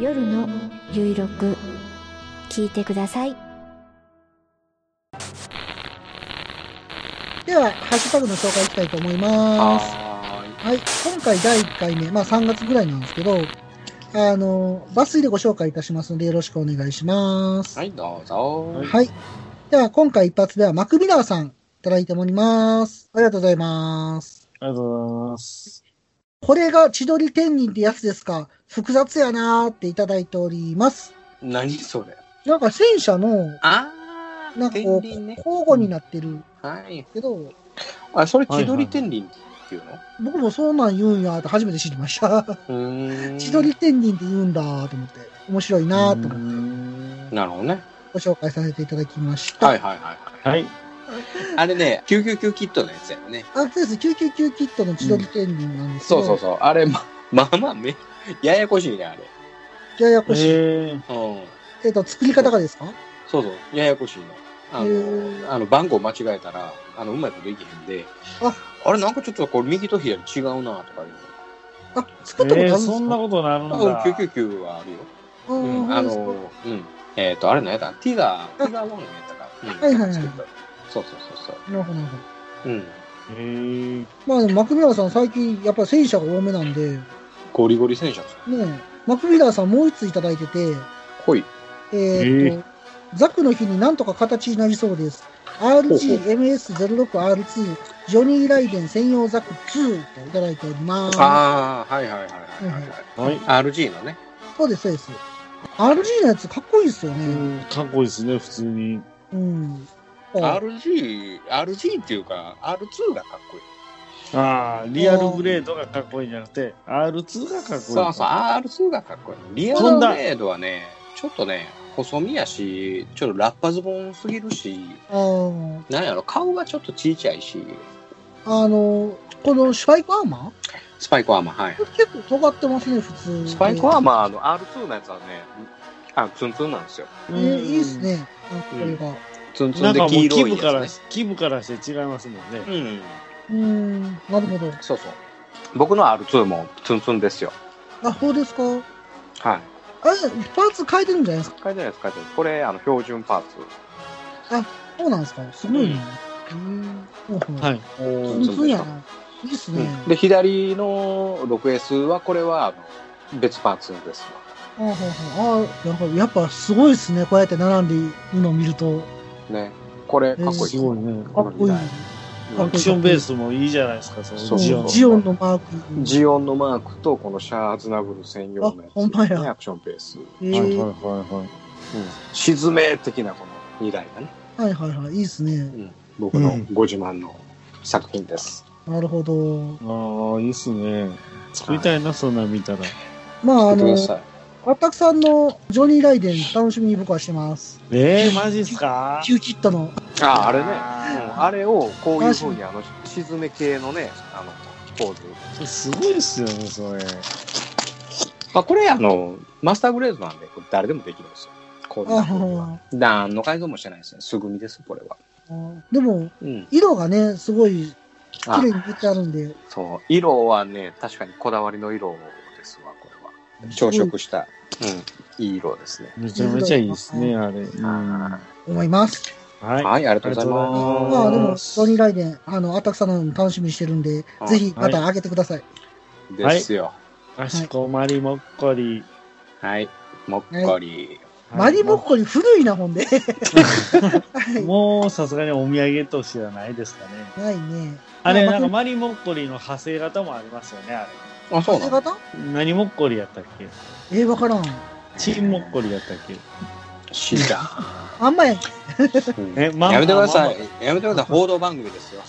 夜のゆいろく聞いてください
では、ハッシュタグの紹介いきたいと思います。
はーい
はい、今回第1回目、まあ3月ぐらいなんですけど、あの、抜粋でご紹介いたしますのでよろしくお願いします。
は
はい。
い、どうぞ。
では、今回一発ではマクミラーさん、いただいております。ありがとうございます。
ありがとうございます。
これが千鳥天人ってやつですか複雑やなーっていただいております。
何それ
なんか戦車の、
あー、
なんかこう、
天輪ね。
交互になってる
はい。
けど、
あ、それ
はい
千
はい
鳥天輪っていうの、
僕もそんなん言うんやーって初めて知りました。
うーん。
千鳥天人って言うんだーと思って、面白いなーと思って
なるほどね。
ご紹介させていただきました。
はいはいはい。
はい。
あれね、999キットのやつやよね。
あ、そうです。999キットの千鳥天人なんですけ
そ
ど、
うそうそう。あれ、ま、まあまあめ、ややこしいね、あれ。
ややこしい。えっ、
えー、
うん。
と、作り方がですか
そうそう。ややこしいの。あ
へー
の、あの番号間違えたら、あの、うまいこといけへんで、
あ
あれ、なんかちょっとこれ右と左違うな、とかいうの。
あ、
え
作ったことあるん
ー、
ですか、
そんなことなるんだ。
うん、999はあるよ。
あー
うん、
ほ
あ
んまですか
の、うん。えっ、と、あれ何やったティガー、ティガー1やったから。うん、
はいはいはい
作ったそうそうそう
なるほど、なるほ
そう。うん。
えー、
ど。まあでも、マクミラーさん最近、やっぱり戦車が多めなんで、ね
ゴリゴリ戦車。
えマクミラーさんもう一ついただいてて、
ほい。
えーっと、ザクの日になんとか形になりそうです。RGMS06R2 ジョニー・ライデン専用ザク2といただいております。
ああ、はいはいはいはいはい、
はい。
RG のね。
そうです、そうです。RG のやつかっこいいですよ
う
ね。
ん、かっこいいですね、普通に。
うん。あ
RG、RG っていうか、R2 がかっこいい。
ああ、リアルグレードがかっこいいんじゃなくて、R2 がかっこいい。
そうそう、R2 がかっこいい。リア
ホ
ル
ンダ
メイドはね、ちょっとね、細身やし、ちょっとラッパズボンすぎるし、
あー
なんやろ、顔がちょっとちいちゃいし、
あの、このスパイクアーマ
スパイクアーマー、は
ーこれ結構尖ってますね、普通。
い。スパイクアー
マ
マーの R2 のやつはね、あ、ツンツンなんですよ。
ーえいいですね。なんかこれが。
ツンツ
な
ン
ん
で
かもう、
黄
気
色い
分か
や
ら
つ、
気分からして違いますもんね。
ね。うん、
うん、なるほど。
そうそう。僕の R2 もツンツンですよ。
あ、そうですか。
はい。
あれ、パーツ変えてるんじゃないですか。
書いてないです、書いてないです。これ、あの、標準パーツ。
そうなんですか。すごいね。うん。。
はいい。
ツンツンやな。いいっすね。
で、左の 6S は、これは、あの別パーツですわ。
ああ、あなんかやっぱすごいですね。こうやって並んでいるのを見ると。
ね。これ、かっこいいです
すごいね。
かっこいい。
うん
か
ア
っこ
ク
いい
ションベースもいいじゃないですか、そ
そ
の
う
ジオン。
ジオンのマーク。
ジオンのマークと、このシャアーズナブル専用のや
あ
つ、
ほんまや
ね。アクションベース。うん。
え
はい
ー
はいはいはい。
沈め的な、この2台がね、
はいはいはい。いいですね。
僕の
うん
ご自慢の作品です。
なるほど。
ああ、いいっすね。作りたいな、そんなん見たら。
まあ、あ
見てく
の
だ、さい。
アタクさんのジョニー・ライデン、楽しみに僕はしてます。
えー、マジっすか
キューキットの。
ああ、あれね。うん
あ
あれを、こういうふうに、あの、沈め系のね、あの、ポーズ。
ーすごいっすよね、それ。
まあ、これ、あの、マスターグレードなんで、これ誰でもできるんですよ。こういうふうには。
あ
何の改造もしてないですね。すぐみです、これは。
ーでも、
うん。
色がね、すごい
あ
綺麗に出てあるんで、
そう。色はね、確かにこだわりの色ですわ、これは。朝食した、うん、いい色ですね。
めちゃめちゃいいっすね、あれ。うんは
思います。
い。
はい、ありがとうござい
あー
まあ、
ま
でも、ジョニー・ライデン、あの、アタクさんの楽しみにしてるんで、
あ
ぜひまた上げてください。
す。ですよ。
かしこまりもっこり。
はい。もっこり。
マリボッコリ古いな、ほんで。はい
もうさすがにお土産としてはないですかね。
ないね。
あれ、
ま
なんかマリモッコリの派生型もありますよね、あ
あ、そうな
風
の
型
れ。何モッコリやったっけ
えー、わからん。
チンモッコリやったっけ
知 [laughs] ら
あんまやん。
ん。
え、ま
やめてください。やめてください。報道番組ですよ。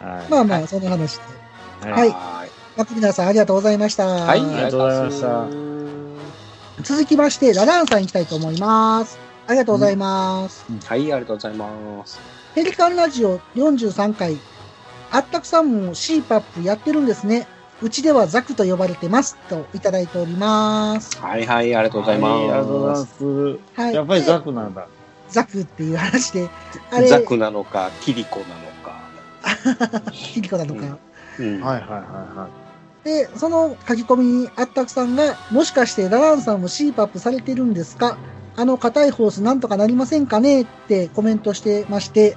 は
はい
い。。まあまあ、そんな話で。
は。
はいい
はい。
マクミラーさん、ありがとうございました。は
はい、
ありがとうございました
続きまして、ラランさん行きたいと思います。ありがとうございます。
はい、ありがとうございます。
ペリカンラジオ43回、あったくさんも CPAP やってるんですね。うちではザクと呼ばれてます。といただいております。
はいはい、ありがとうございます。
ありがとうございます。
はい。
やっぱり
で
ザクなんだ。
ザクっていう話で、あれ、
ザクなのか、キリコなのか。
キリコだとか。
うんうん
はいはいはい
で、その書き込みにあったくさんが、もしかしてラランさんも CPAP されてるんですかあの硬いホースなんとかなりませんかねってコメントしてまして、
はい。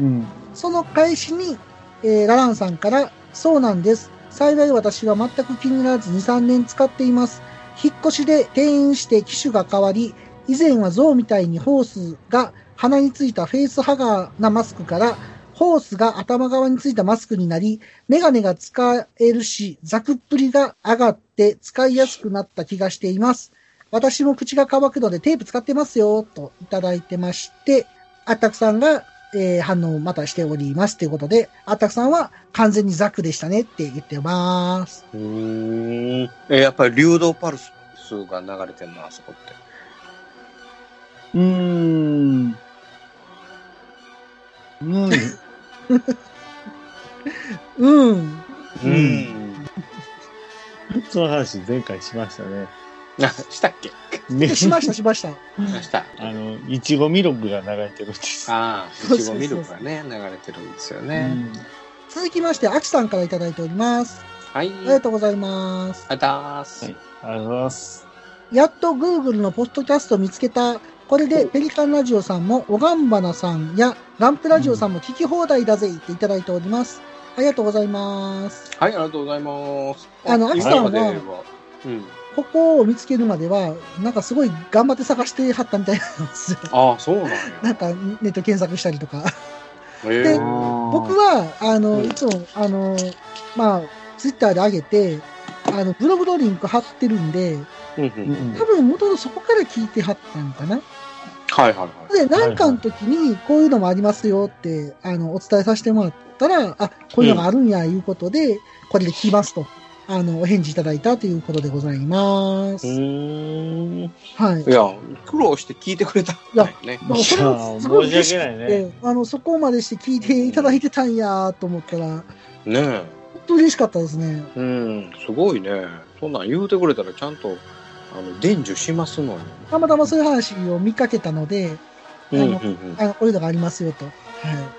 うん。
その開始に、えーラランさんから、そうなんです。幸い私は全く気にならず2、3年使っています。引っ越しで転院して機種が変わり、以前は象みたいにホースが鼻についたフェイスハガーなマスクから、ホースが頭側についたマスクになり、メガネが使えるし、ザクっぷりが上がって使いやすくなった気がしています。私も口が乾くのでテープ使ってますよ、といただいてまして、あったくさんが、えー反応をまたしておりますということで、あったくさんは完全にザクでしたねって言ってます。
うーん。え、やっぱり流動パルスが流れてるな、あそこって。
うーん。 [laughs] うん。
うん。
うん
ん。 [laughs]
その話前回しました [laughs] ね。
あしたっけ
ね
しました、し [laughs] ました。
あした。
あの、いちごミルクが流れてるんです。
ああ、
そう
いち
そうそ
ご
う
ミルクがね、流れてるんですよ
う
ね。
ん
続きまして、あきさんからいただいております。
はい。
あり
ありが
が
と
とうございます。
うございます。
はいありがとうございます。
やっと Google のポッドキャストを見つけた。これでペリカンラジオさんも、おがんばなさんやランプラジオさんも聞き放題だぜっていただいております。ありがとうございます。
はい、ありがとうございます。
あのアキさんは
今まではうん。
ここを見つけるまでは、なんかすごい頑張って探してはったみたいなんですよ。
ああ、そ
[laughs]
うなんや。
なんかネット検索したりとか。
へえ
で僕
僕
は、あの、
うん
いつも、あの、まあ、ツイッターで上げて、あの、ブログのリンク貼ってるんで、
うんうん
多分元々そこから聞いてはったのかな。
はいはいは
で、
い。
なんかの時に、こういうのもありますよって、あの、お伝えさせてもらったら、あ、こういうのがあるんや、いうことで、これで聞きますと、あの、お返事いただいたということでございます。
うーん。い
はい。
や、苦労して聞いてくれた。
や
ね。
まあこれもすごい嬉しく
いや申し訳ない
て、あの、そこまでして聞いていただいてたんや、と思ったら、本
ねえ。
当嬉しかったですね。
うん、すごいね。そんなん言うてくれたらちゃんと、あの、伝授しますのよ。
たまたまそういう話を見かけたので、う
う
んん
う
うんん
う。
うんあの、こういうのがありますよと。は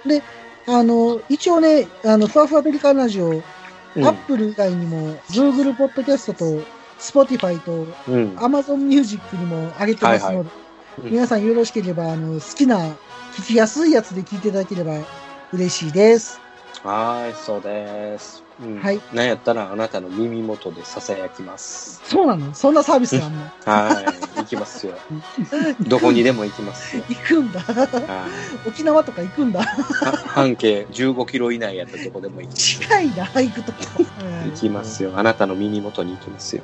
い。で、あの、一応ね、あの、ふわふわペリカンラジオ、アップル以外にも、Google ポッドキャストと、Spotify と、
うん。
Amazon Music にも上げてますので、
はいうん
皆さんよろしければ、あの、好きな、聞きやすいやつで聞いていただければ嬉しいです。
はーい、そうです。うん
はい。
なんやったらあなたの耳元で囁きます。
そうなのそんなサービスがあんの
はい。行きますよ。 [laughs] どこにでも行きますよ。
行くんだ。 [laughs]
はい
沖縄とか行くんだ。
は半径15キロ以内やったらどこでも行
[laughs]
きます。
近いな、行くと
[laughs]
こ。はい
行きますよ。あなたの耳元に行きますよ。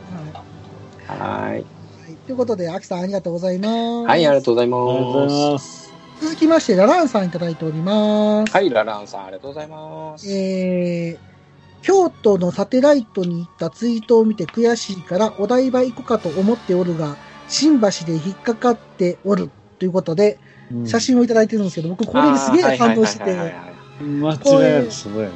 は
はーい。
いはい。ということで、アキさんありがとうございます。
はい、ありがとうご
あ
ざい
りがとうござい
ま
ます。
続きまして、ラランさんいただいております
す。。はい、ラランさん、ありがとうございます。
えー、京都のサテライトに行ったツイートを見て悔しいからお台場行くかと思っておるが、新橋で引っかかっておるということで、
うん
写真をいただいてるんですけど、僕これにすげえ反応して
あーはいはいはい
て、
はいはい
間違いなくすごいね。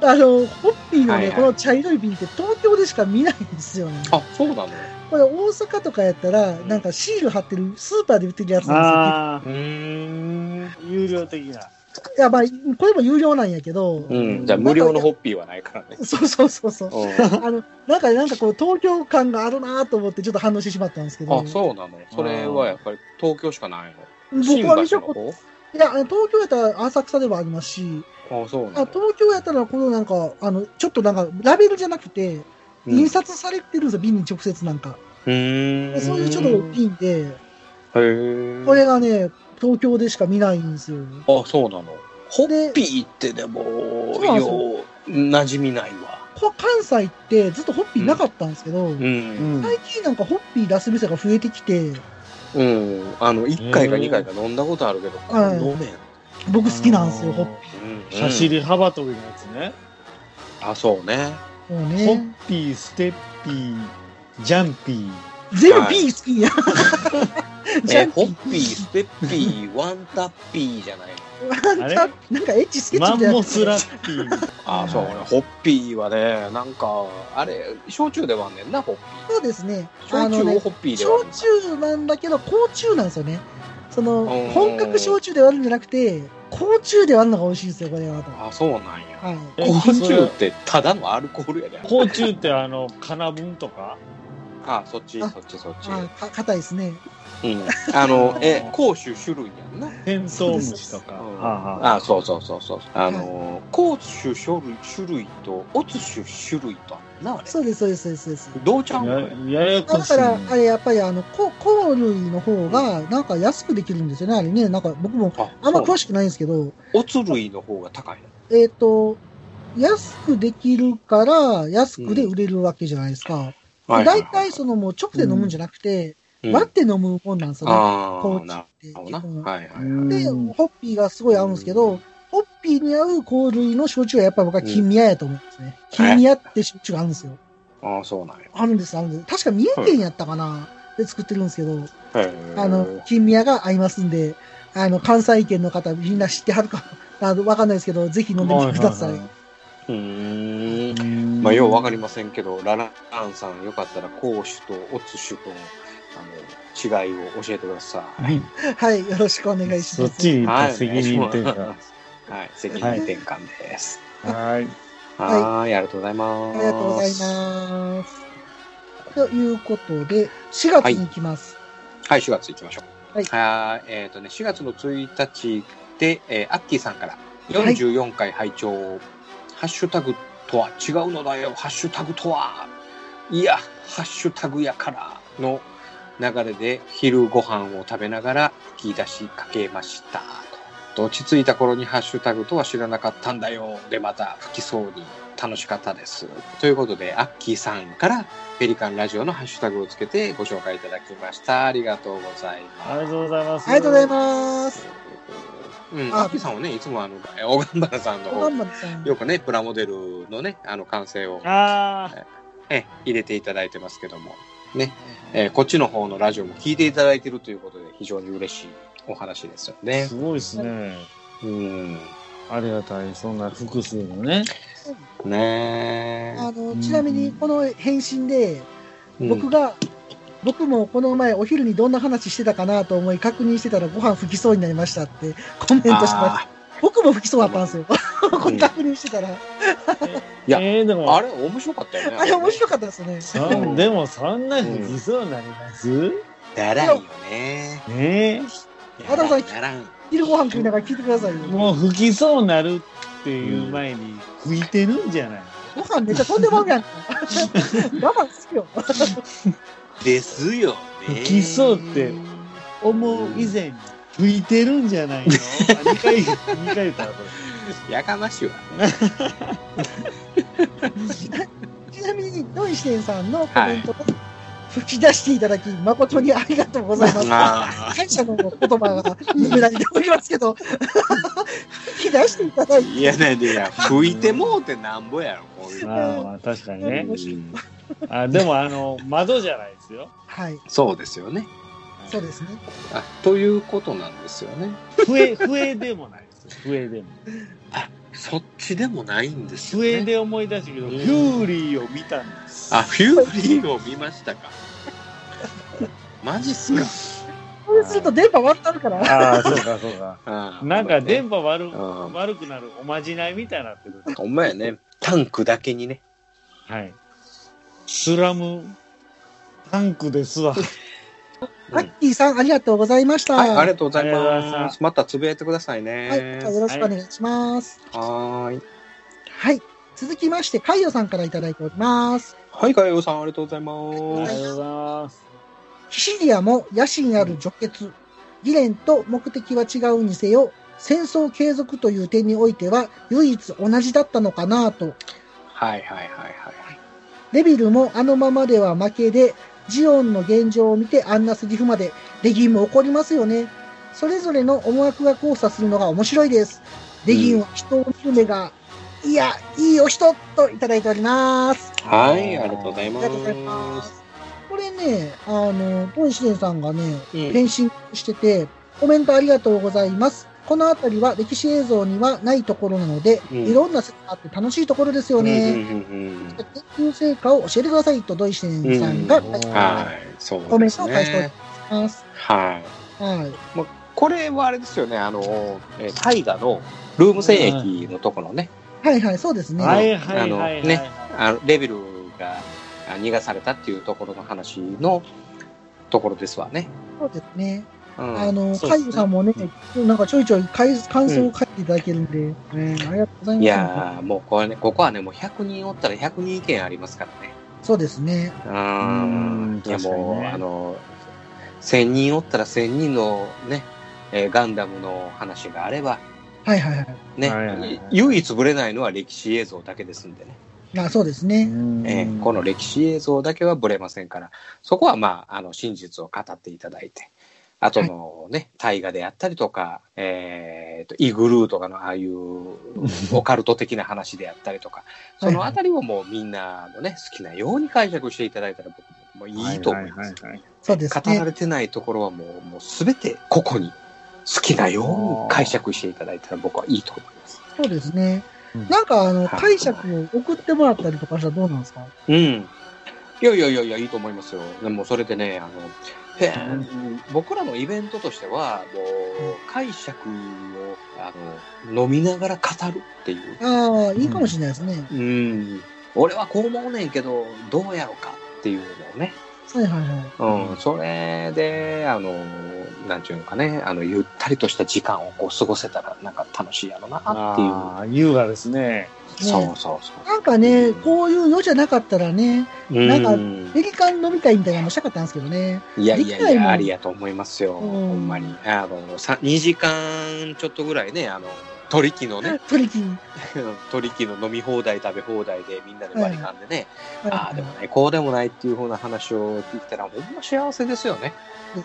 あの、ホッピーの
はい
ね、
はい
この茶色い瓶って東京でしか見ないんですよね。
あ、そうなのう
これ大阪とかやったら、なんかシール貼ってる、スーパーで売ってるやつなんで
あ
ーん。
あ、有料的な。
すよ。いや、まあ、これも有料なんやけど、
うん、じゃあ無料のホッピーはないからね。
そうそうそうそう。
う
あの、なんか、なんかこう、東京感があるなと思って、ちょっと反応してしまったんですけど。
ん、あ、 [laughs] そうなのそれはやっぱり東京しかないの
僕は見たこ
新の
と、いや、あの東京やったら浅草ではありますし、
方あ、そう
あ
なの
東京やったら、このなんか、あの、ちょっとなんか、ラベルじゃなくて、
うん
印刷されてるんですよ、瓶に直接なんか。
うーん。
そういうちょっと瓶で、
へえ。
これがね、東京でしか見ないんですよ。
あ、そうなのホ
で
ッピーってでも、
そうなんですよ
よう、馴染みないわ。
こ関西ってずっとホッピーなかったんですけど、
うん。
最近なんかホッピー出す店が増えてきて、
うん。あの、1回か2回か飲んだことあるけど、これ飲めん。
僕好きなんですよ、ホッピ
う
写
ん
真幅跳びのやつね。
あ、そうね。
ーもう
ホ
ね
ッ。ピー、ステッピー、ジャンピー。
全部 B 好きや。
[laughs]
ジ
え
ャ
ー、
ン
ホッピー、スペッピー、ワンタッピーじゃないの。
ワンタップなんかエッチスケッチ
マ
み
ン
たいな
モスラッピー。
ああ、そう、俺、ホッピーはね、なんか、あれ、焼酎で割んねんな、ホッピー。
そうですね。あの
焼酎を
ね、
ホッピーで割
焼
るの。
酎なんだけど、甲虫なんですよね。その
ー、
本格焼酎で割るんじゃなくて、甲虫で割るのが美味しいんですよ、これは。
あそうなんや。
はい。
え
甲
それ
虫ってただのアルコールやで。
甲虫ってあの、カナブンとか
あそっち、そ
あ
っち、そっち。
あか硬いですね。
うん。
[laughs]
あの、え、甲州種類やんな。
テントウムシとか。
うん
は
あそうそうそうそう。あの、甲州種類種類と、オツ種種類とあるな、あれ。
そうです、そうです、そうですそうです。
どうちゃ
あ
うんかい
はあ、やややこ
だ
しい
か
ね。
ら、あれ、やっぱり、あの、ココールの方が、なんか安くできるんですよね、あれね。なんか、僕も、
あ
あんま
そう
詳しくないんですけど、
オツ類の方が高いの。
えっ、と、安くできるから、安くで売れるわけじゃないですか。
はいは
だ
い
いたい、その、もう直で飲むんじゃなくて、
うん
割って飲むもんなんですよね。
あ
コ
あ、
ーチ
なる
って
ほ
基
どな。
本。
はいは
う
い。
で、
ん
ホッピーがすごい合うんですけど、
うん
ホッピーに合う香類の焼酎はやっぱり僕は金宮やと思うんですね。金宮って焼酎があるんですよ。
ああ、そうなんや。
あるんです、あるんです。確か三重県やったかな、で作ってるんですけど、
へえ
あの、金宮が合いますんで、あの、関西圏の方みんな知ってはるか、あの、わかんないですけど、ぜひ飲んでみてください。
はいは
うーん。
うん
まあ、ようわかりませんけど、ララランさん、よかったら、公主とオツ主との、あの、違いを教えてくださ
はい、よろしくお願いします。
そっち
い。
に行っ
は
て
い。
責任転
お願
嫁
い。しますはい、責任転換です。
はい。
はい
はーい、ありがとうございま
あ
す。
りがとうございます。ということで、4月に行きます。
はい、4月行きましょう。
はい
あーえっ、とね、4月の1日で、えーアッキーさんから、44回拝聴、ハッシュタグとは違うのだよ、ハッシュタグとは。いや、ハッシュタグやからの流れで、昼ご飯を食べながら吹き出しかけました。と落ち着いた頃にハッシュタグとは知らなかったんだよ。で、また吹きそうに楽しかったです。ということで、アッキーさんからペリカンラジオのハッシュタグをつけてご紹介いただきました。ありがとうござい
あり
ま
がとうございます。
ありがとうござい
す。
ます。
す。うん、
あ
アッキーさんはね、いつもあの、オガンバラさんの
頑
方、
張ってさん。
よくね、プラモデルのね、あの、完成を
あ
え入れていただいてますけども、ね、えーこっちの方のラジオも聞いていただいてるということで、非常に嬉しいお話ですよ
あ、
ね
す。ごいですね。
うん。
ありがたい。そんな複数のね。
ね
あの、ちなみに、この返信で、
え。
僕
うん
が、僕もこの前お昼にどんな話してたかなと思い確認してたらご飯吹きそうになりましたってコメントしました。
あ
僕も吹きそうだったんですよ。 [laughs] これ確認してたら。
いや
えー、で
ー
も、
あれ、面白かったよね。
あれ面白
か
かったですね。
そんでもそんなに理想になります、
った。ならんよね。
ね
アダムさん
ならん。
昼ご飯食いながら聞いてくださいよ
え。。もう吹きそうになるっていう前に吹いてるんじゃない、
ご飯めっちゃ飛んでまうやんか。我慢するよ。
ですよね。
吹きそうって思う以前に吹いてるんじ
[laughs]
ゃないのあ二回、二回言ったらこ
やかましいわ。
ちなみに、ノイシテンさんのコメントを吹き出していただき、誠にありがとうございます。
あ
感謝の言葉が無駄にでおりますけど、吹き出していただい
ーいや、なんでや、拭いてもうてなんぼやろ、こうい
れ。
うの。
まあまあ、確かにね
う。
うん
あでも、あの、窓じゃないですよ。
はい、
そうですよね。
そうですね。
あということなんですよね。
笛、笛でもないですよ。笛でも。
そっちでもないんですよ、ね。
笛で思い出したけど、フューリーを見たんです。
あ、フューリーを見ましたか。 [laughs] マジっすか。
そうすると電波悪くなるから、
ああ、そうか、そうか。
あー
なんか電波悪,、
うん
悪くなるおまじないみたいになってる。
ほんまやね。タンクだけにね。
はい。スラムタンクですわ。
アッキーさん、ありがとうございました。
はい、あり
は
がとうござい
ありがとうござい
ま。
ます
またつぶやいてください
い、
ね。
じゃあよろしくお願いします。
はーい。
はい、続きまして、カイヨさんからいただいております。
はい、かようさん、ありがとうござい
あり
ま
が
す。
とうございます。
キシリアも野心ある除血、理念と目的は違うにせよ、戦争継続という点においては唯一同じだったのかなと
はい、はい、はい、はい。
レビルもあのままでは負けで、ジオンの現状を見てあんなセリフまで、レギンも怒りますよね。それぞれの思惑が交差するのが面白いです。レギンは人を見る目が、いや、いいお人といただいております。
はい、ありがとうござい
あ
ま。
りがとうございますす。これね、あの、ポンシデンさんがね、
うん
フェンシングしてて、コメントありがとうございます。このあたりは歴史映像にはないところなので、
うん
いろんな説があって楽しいところですよね。
うん
研究成果を教えてくださいと、ドイシデンさんが、
うん
はい、そう
コメ
で
ン
す
トを返しており
ね。
ます。
はい。
はい。
これはあれですよね、あの、えー大河のルーム戦役のところね、
はいはい、そうですね。
はいはいはいはい。
あのねあのレベルがあ逃がされたっていうところの話のところですわね。
そうですね。
うん、
あの、
そう
カ
ですね
イブさんもね、なんかちょいちょい感感想を書いていただけるんで、ねありがとうございます。
いやーもうこれ、ね、ここはね、もう100人おったら100人意見ありますからね。
そうですね。
うー
うん
ん、いや
確かに
もう、
ね
あの、1000人おったら1000人のね、えーガンダムの話があれば、
はいはいはい。
ね、
はいはいはい
唯一ぶれないのは歴史映像だけですんでね。
あそうですね。
えーこの歴史映像だけはぶれませんから、そこはまあ、あの、真実を語っていただいて、あとのね、大河であったりとか、えーと、イグルーとかのああいうオカルト的な話であったりとか、そのあたりをもうみんなのね、好きなように解釈していただいたら僕もいいと思います。
はははは
そうです
語ら
ね。
れてないところはもう、もうすべてここに好きなように解釈していただいたら僕はいいと思います。
そうですね
うん。
なんか、あの、
はい
解釈を送ってもらったりとかしたらどうなんですか
うん。いやいやいやいや、いいと思いますよ。でもそれでね、あの、へ僕らのイベントとしては、もう、解釈を、あの、飲みながら語るっていう。
ああ、いいかもしれないですね。
うん。俺はこう思うねんけど、どうやろうかっていうのをね。
はいはいはい。
うん。それで、あの、なんていうのかね、あの、ゆったりとした時間をこう過ごせたら、なんか楽しいやろうなっていう。
ああ、優雅ですね。
そうそうそう。
なんかね、こういう世じゃなかったらね、なんかペリカン飲みたいみたいなのもしたかったんですけどね。
いやい
で
や
きないいもん
や、ありやと思いますよ、
うん
ほんまに。あの、さ2時間ちょっとぐらいね、あの、取り木のね、
トリキー。
[laughs] 取り木の飲み放題、食べ放題でみんなで割り勘でね、ああ
で
でもない、こうでもないっていう風な話を聞いたら、ほんま幸せですよね。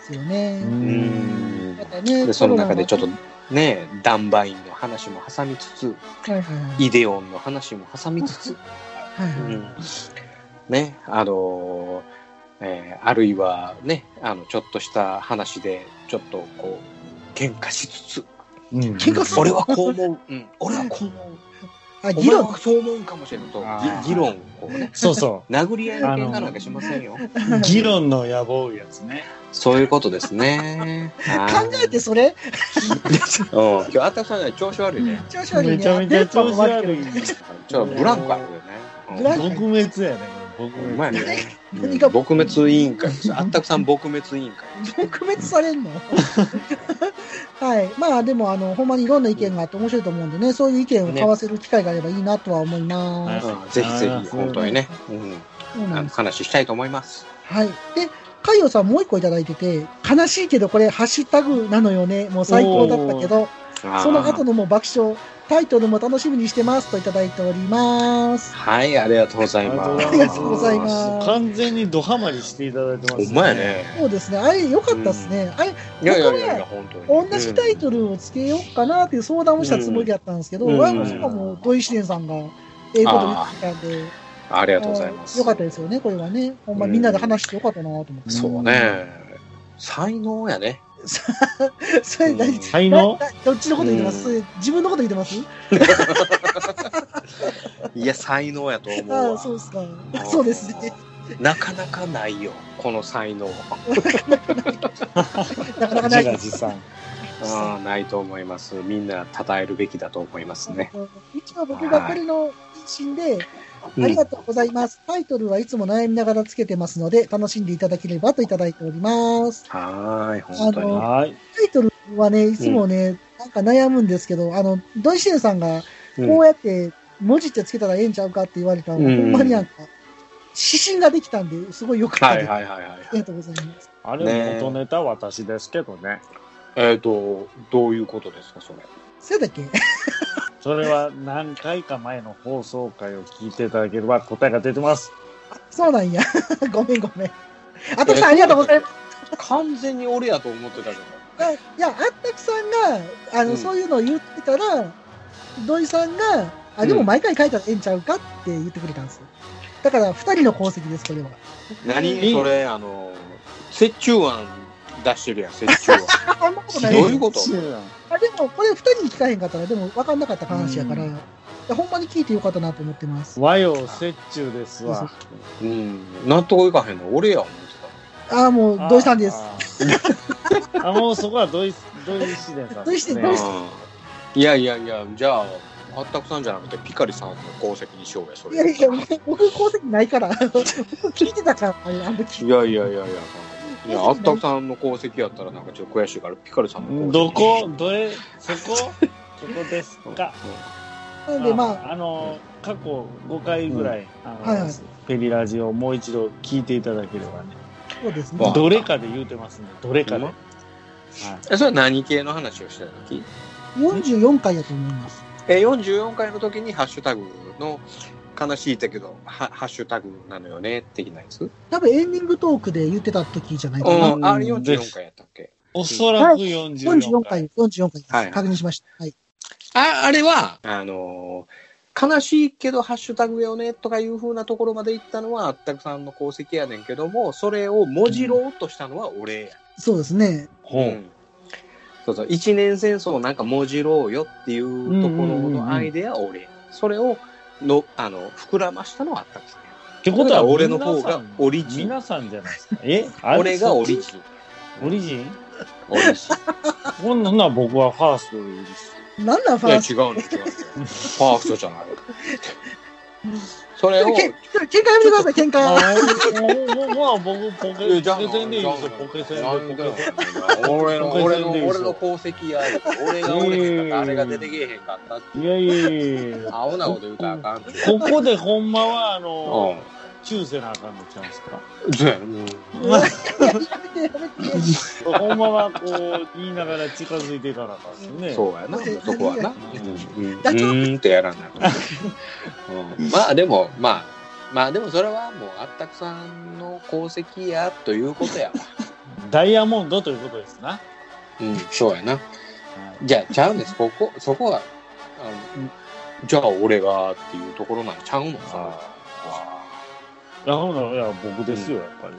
すよね。
うん
ま。たね
で、その中でちょっと
コロ
ね、ダンバインの話も挟みつつ、
ナのはいはいはい
イデオンの話も挟みつつ、
はいはい
うんね、あのえーあるいはね、あの、ちょっとした話で、ちょっとこう、喧嘩しつつ、
喧嘩する
俺はこう思う、うん、俺はこう思う、
あ、
お
議
前
論
は。そう思うんかもしれんと
あ、ー
ぎ議論をこうね、
そうそ
殴り合いの喧嘩なんかしません
[laughs]
よ。
う。議論の野望いうやつね。
そういうことですね。
考えてそれ
うん、今日あたくさんね、調子悪いね。
調子悪いね。
めちゃめちゃ調子悪い。
ちょっとブランクあるよね。
ブランク
撲滅やね。撲
うん
滅。
うまいね。うん
何が
撲滅委員会です。あったくさん撲滅委員会。
特別されん
[laughs]
のはい。まあでも、あの、ほんまにいろんな意見があって面白いと思うんでね、そういう意見を交わせる機会があればいいなとは思います。
うんぜひぜ
あー
ひ、本当にね。うん
そうな
あ
ん
の
です。
話したいと思います。
はい。で、海洋さんもう一個いただいてて、悲しいけどこれハッシュタグなのよね、もう最高だったけど、その後のもう爆笑、タイトルも楽しみにしてますといただいております。
はい、ありがとうございます。
ありがと
うございます
完全にドハマりしていただいてます、
ほんまや。ね。
そうですね。あれ、良かったですね。あれ、
いやいやいやいや、本当
同
に。
じタイトルをつけようかなっていう相談をしたつもりだったんですけど、
うん
ワインさんはもう土井四伝さんがええこと言ってきたんで、
あり
あ
がとうございます。
よかったですよね、これはね。ほんま
うん
みんなで話してよかったなと思って。
そうね。才能やね。
それ大事、
才能
なな [laughs] どっちのこと言ってます、
う
それ自分のこと言ってます
いや、才能やと思う
あ
わ
あ、。そうです
あ
か。 [laughs]
ー
そうですね。
なかなかないよ、この才能。
なかなかな
自
い
画
で
自
す。
賛。
あーないと思います。みんな称えるべきだと思いますね。
一応僕がこれの一心で、
うん
ありがとうございます。タイトルはいつも悩みながらつけてますので、楽しんでいただければといただいております。
はーい、本当に。
はい。
タイトルはね、いつもね、なんか悩むんですけど、あの、ドイシエンさんが、こうやって文字ってつけたらええんちゃうかって言われたの、
うん
ほんまになんか、指針ができたんで、すごいよかった
は
で
い
す。
はいはいはい。
ありがとうございます。
あれ、
ね
元ネタ私ですけどね。
えっと、どういうことですか、それ。
それだっけ [laughs]
それは何回か前の放送回を聞いていただければ答えが出てます。
そうなんや。 [laughs] ごめんごめん。あたくさんありがとうございます。
完全に俺やと思ってたけど。
いや、あったくさんが、あの、
うん
そういうのを言ってたら、土井さんが、あ、でも毎回書いたらええんちゃうかって言ってくれたんですよ。だから2人の功績です、これは。
何それ、あの、折衷案出してるやん、折衷案。
あ、そんなことない
どういうこと
知らん
あでも、これ2人に聞かへんかったら、でも分かんなかった話やから、いやほんまに聞いてよかったなと思ってます。
和洋折衷ですわ。
[laughs] うん、納得いかへんの、俺や思って
ああ、もう、土井さんです。
あー。あ、もうそこは土井、土井四伝さんですね。
土井四
た。うん。いやいやいや、じゃあ、八択さんじゃなくて、ピカリさんの功績にしようや、そ
い
れ。
やいや、僕、功績ないから、僕聞いてたから、あれ、あの時。
いやいやいやいや。いや、あったくさんの功績やったらなんかちょっと悔しいから、ピカルさんの
ど
功績。
こ、どれ、そ
[laughs]
こ、ここですか。
なんで、まあ、
あの、過去5回ぐらい、あの
はいはい
ペリラジオをもう一度聞いていただければね。
そうですね
まあ。
どれかで言うてますね。どれかで。
うん
はい
え、それは何系の話をしてた時
44回やと思います。
え、44回の時にハッシュタグの、悲しいだけど、はハッシュタグなのよね、的なやつ。
多分エンディングトークで言ってた時じゃないかな。
うん、あれ44回やったっけ
おそらく44
44
回。
回、44回、
はい
確認しました。はい。
ああれは、あのー悲しいけどハッシュタグよねとかいう風なところまで行ったのはあったくさんの功績やねんけども、それをもじろうとしたのは俺や。
そうですね。
ほう
そうそう、一年戦争をなんかもじろうよっていうところのアイデアは俺や。それをの、あの、膨らましたのはあったくさんや。
ってことは、
俺の方が
皆さん
オリジン
皆さんじゃないですか。えあれ
[laughs] 俺がオリジン。
オリジン
オリ [laughs] ジン。
こんなんなら僕はファーストです。
なんなん、フ
い
ァ
や、
ース
違うの、違うの。ファーストじゃない。それ
ト。
を、
けん喧嘩やめてください、喧嘩。
もう、もう、もう僕、ポケ
えじゃあ
ポケセンでいいですよ、ポケセンで。
なん
ポ
で
ケセン
俺の、俺の、
ポケセンでいいですよ
俺の功績や、俺が俺へんかった、あれが出てけえへんかったって、
いやいやいやいや。
青なこと言うたらあかんって。
ここでほんまは、あの、
う
中世なあかんのちゃうんですか。
ん。そうや
やめて、やめ
[laughs]
て。
ほんまは、こう、言いながら近づいていかなあかんですね。
そうやな、そこはな。うん、うんう
ダチョウ
ーんってやらんなあかん。うんまあでも、まあ、まあでもそれはもう、あったくさんの功績や、ということやわ。
ダイヤモンドということですな。
うん、そうやな。じゃあ、ちゃうんです。ここ、そこは、あのじゃあ俺がっていうところなんちゃうのさ。
いや、ほんならいや、僕ですよ、やっぱり。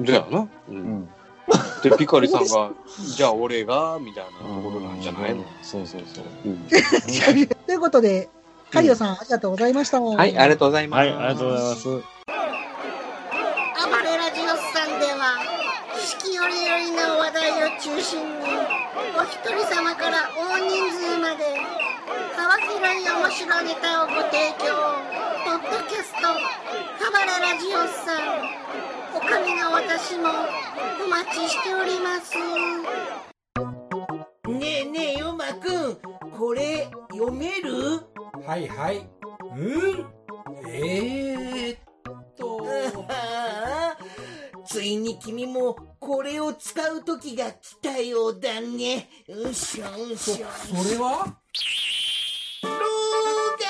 じゃあな。う
うんん。
で、ピカリさんが、じゃあ俺が、みたいなところなんじゃないの、
そうそうそう。
うん
ということで、カリオさん、ありがとうございました。は
はい、ありがとうございます。
はい、ありがとうございます。
アパレラジオスさんでは四季折々の話題を中心にお一人様から大人数まで幅広い面白いネタをご提供ポッドキャスト「ハバレラジオスさん」おかみの私もお待ちしております
ねえねえ、ヨマくん、これ、読める
はいはい。うんえーっと。
ああ [laughs] ついに君も、これを使う時が来たようだね。うしょう
そ、
しょ。
それは
老眼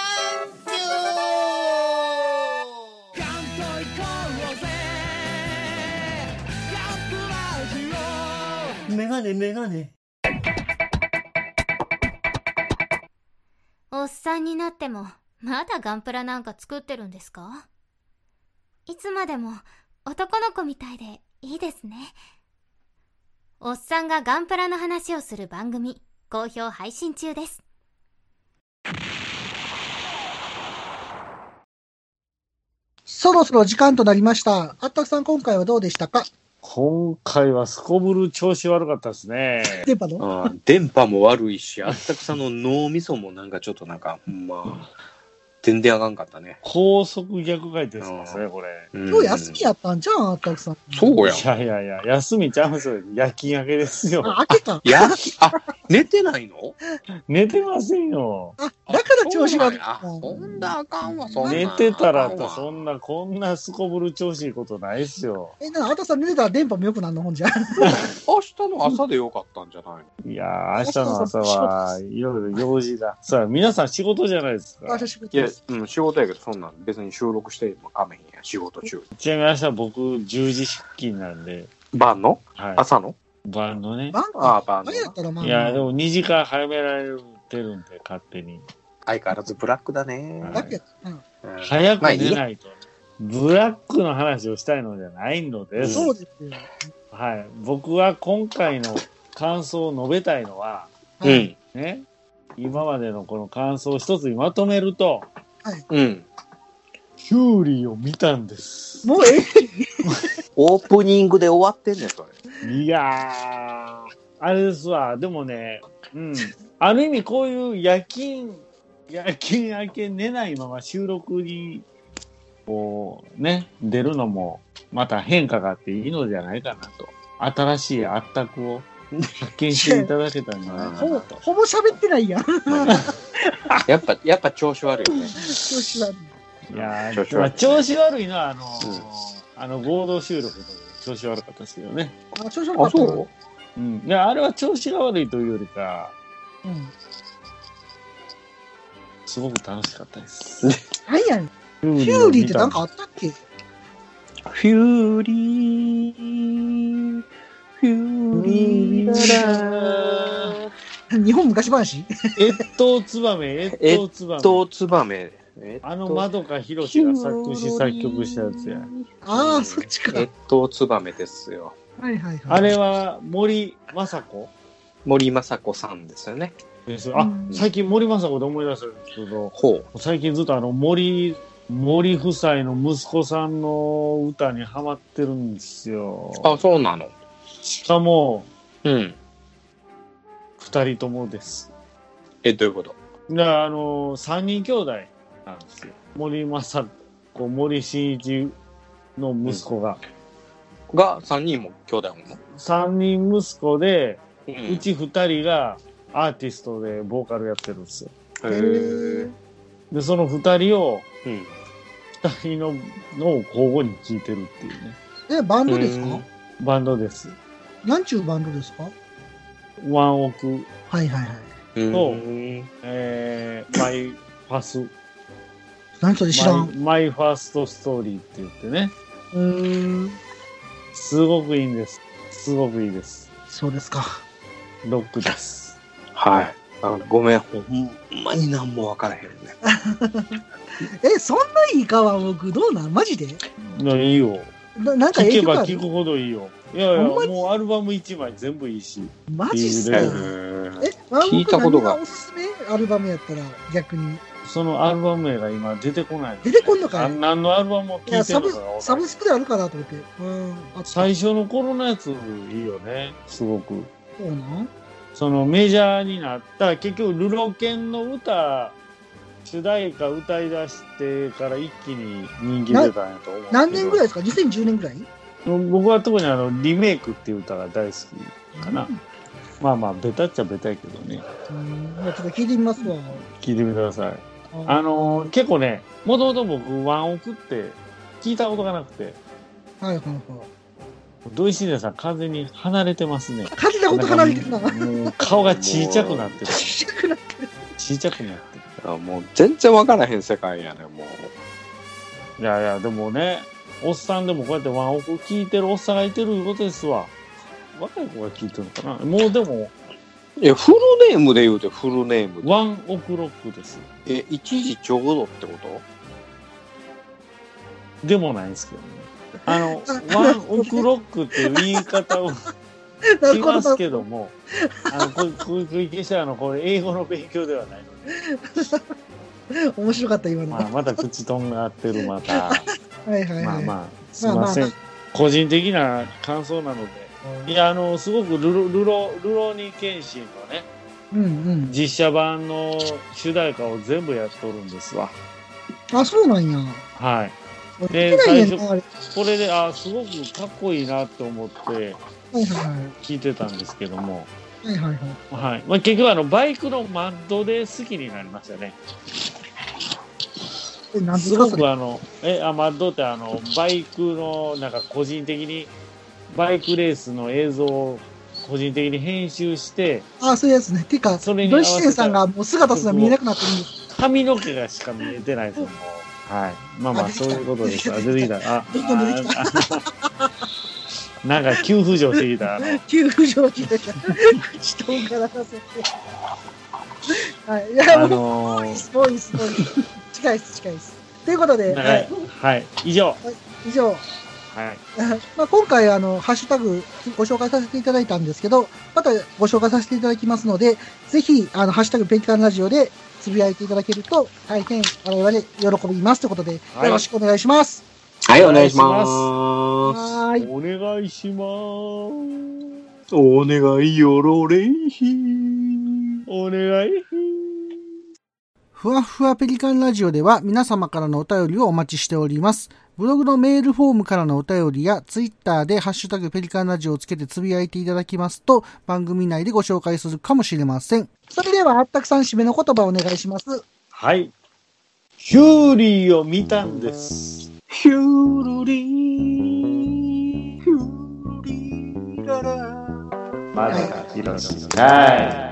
鏡
おっさんになっても、まだガンプラなんか作ってるんですかいつまでも、男の子みたいで、いいですね。おっさんがガンプラの話をする番組、好評配信中です。
そろそろ時間となりました。あったくさん、今回はどうでしたか
今回はすこぶる調子悪かったですね。
電波の
うん電波も悪いし、あったくさんの脳みそもなんかちょっとなんか、ほんまあ、全然あかんかったね。
高速逆回転しますね、これ。
うん
今日休みやったんじゃん、あったくさん。
そうやん
い。やいやいや、休みちゃうんですよ。夜勤明けですよ。
あ、開けた。
や、あ、寝てないの
寝てませんよ。
[laughs] あ、だから調子悪い。
あ、そんなあかんわ、そんな。
寝てたら
あかんわ
そんな、こんなすこぶる調子いいことないっすよ。
え、なんかあったくさん寝てたら電波も良くなるのほんじゃ。
明日の朝でよかったんじゃないの
いやー、明日の朝はいろいろ用
[laughs]
事が。さあ、皆さん仕事じゃないですか
あ、。久しぶり
いや
です。、
うん、仕事やけど、そんなん別に収録してもあめへんや、仕事中。
ちなみに明日僕10時出勤なんで、
晩の
は
朝の
い。バンドね。
バン
あ
あ
あ、晩の
何。やったらまあ。
いや、でも2時間早められてるんで、勝手に。
相変わらずブラックだね。
は
だけど、うん
うん
早く
まあいい
寝
や
ないと。ブラックの話をしたいのではないのです。
そうですよ。
はい。僕は今回の感想を述べたいのは、
うん。
ね、今までのこの感想を一つにまとめると、
うん。
キュウリを見たんです。
もうえ
オープニングで終わってんねん、それ。
いやー、あれですわ。でもね、うん。ある意味こういう夜勤、夜勤明け寝ないまま収録に、こう、ね、出るのも、また変化があっていいのではないかなと。新しいあったくを発見していただけたんじゃないか
ほぼ
なと。
ほぼ喋ってないやん。
[laughs] やっぱ、やっぱ調子悪いね。
調子悪い
いや
調子
ー、
悪い
まあ調子悪いのは、あの
うん
あの合同収録の調子悪かったですけどね。
あ、調子悪かったな。
うん。で、あれは調子が悪いというよりか、
うん。
すごく楽しかったです。
何やねん。
キュ
キュウリってなんかあったっけ
フューリー、フューリーララ。
[laughs] 日本昔
[laughs]
話
越冬ツバメ、越冬ツバメ。
とツバメ。えっと
あの、まどかひろしが作詞作曲したやつや。
ああ、そっちか。
えっとツバメですよ。
はいはいはい。
あれは森まさ子
森雅子さんですよね。
です。あ、最近森まさ子で思い出すんですけど、
ほう。
最近ずっとあの森、森夫妻の息子さんの歌にハマってるんですよ。
あ、そうなの。
しかも、
うん。
二人ともです。
え、どういうこと
だから、あの、三人兄弟なんですよ。森まさ子、森進一の息子が。
が、三人も兄弟もの。
三人息子で、
う
うち二人がアーティストでボーカルやってるんですよ。
へー
で、その二人を、
うん。
二人ののを交互に聴いてるっていうね、
え、バンドですか
バンドです。
なんちゅうバンドですか
ワンオク、
はいはいはい。
うん
とえー、マイファス、
何それ知らん。
マイマイファーストストーリーって言ってね、
うーん。
すごくいいんです。すごくいいです。
そうですか。
ロックです。
はい。あごめん、ほんまになんもわからへんね。
え、そんないいかは僕、どうなんマジで
いやいいよ。
ななんか影響
聴け
が
ば
ある
聴くほどいいよ。いやいや、
ほんまに
もうアルバム一枚全部いいし。
マジっすか。
いい
え
ね、
ワンオク
聞いたことが
何おすすめアルバムやったら逆に。
そのアルバム名が今出てこない。
出てこんのか
あ
い
何のアルバムを聴い
い
てる
や、サ
のか
ブ
が分か
サ
らん
ブスクであるかなと思って。うん。あ
最初の頃のやついいよね、すごく。
そうなん
そのメジャーになった、結局、ルロケンの歌、主題歌歌い出してから一気に人気出たんやと思うけど。
何年ぐらいですか ?2010 年ぐらい
僕は特にあの、リメイクっていう歌が大好きかな。まあまあ、ベタっちゃベタやけどね。
うん。いやちょっと聞いてみますわ。
聞いてみてください。あのー結構ね、もともと僕、ワンオクって聞いたことがなくて、
はいはいはい。
土井慎也さん完全に離れてますね。
かけたこと離れてるな。
もう顔がちいちゃくなってる。
ちっちゃくなってる。
ちいちゃくなってる。
あもう全然わからへん世界やね、もう。
いやいや、でもね、おっさんでもこうやってワンオク聞いてるおっさんがいてるいうことですわ。若い子が聞いてるのかなもうでも、
いや、フルネームで言うて、フルネームで。
ワンオクロックです。
え、一時ちょうどってこと
でもないんですけどね。あの、ワンオクロックっていう言い方をし
なるほ
ます
ど。
けども、あの、これ、これ、これ決してあの、これ、英語の勉強ではないので、
面白かった、今の。
まあ、また口とんがってる、ま [laughs] た。
はいはいはい。
まあ
あ。
まあ、すいません。
まあ
個人的な感想なので。いや、あの、すごくルロ、ルロ、ルロニケンシンのね、
うんうん。
実写版の主題歌を全部やっとるんですわ。
あ、そうなんや。
はい。
で
で
ないねん
最
な、あれ。
これで、あ、すごくかっこいいなと思って
はいはいはい。
聞いてたんですけども、
はいはいはい。
はい。まあ、結局、あの、バイクのマッドで好きになりましたね。
え、なんです
す
か、
ご
それ。
くあの、え、あ、マッドってあの、バイクの、なんか個人的に、バイクレースの映像を個人的に編集して、
あ、そういうやつね。てか、
そ
ド
れ
イ
に合わせ
シ
た
テンさんがもう姿すら見えなくなってるんです。
髪の毛がしか見えてないと思う。はい。まあま
あ
あ、
出て
そ
き
う
た
いうことです。あ、出てきた。あ、
どんどん出てき
た。あ [laughs] なんか急浮上してきた。あの
急浮上時代が口とんがらさせて。はい。いや、
あ
もう、
のー
すごいすごい。近いっす、近いっす。ということで、
はい。はい。以上。
以上、
はい。
[laughs] まあ、今回あの、ハッシュタグご紹介させていただいたんですけど、またご紹介させていただきますので、ぜひ、あの、ハッシュタグペンキカンラジオでつぶやいていただけると、大変我々喜びますということで、
はい
よろしくお願いします。
はい、お願いします。
はーい。
お願いします。
お願いよろれいひ。
お願い。
ふわふわペリカンラジオでは皆様からのお便りをお待ちしております。ブログのメールフォームからのお便りや、ツイッターでハッシュタグペリカンラジオをつけてつぶやいていただきますと、番組内でご紹介するかもしれません。それでは、あったくさん締めの言葉をお願いします。
はい。ヒューリーを見たんです。
ヒュールリー、ヒューリーララ。
まだ広し。はい。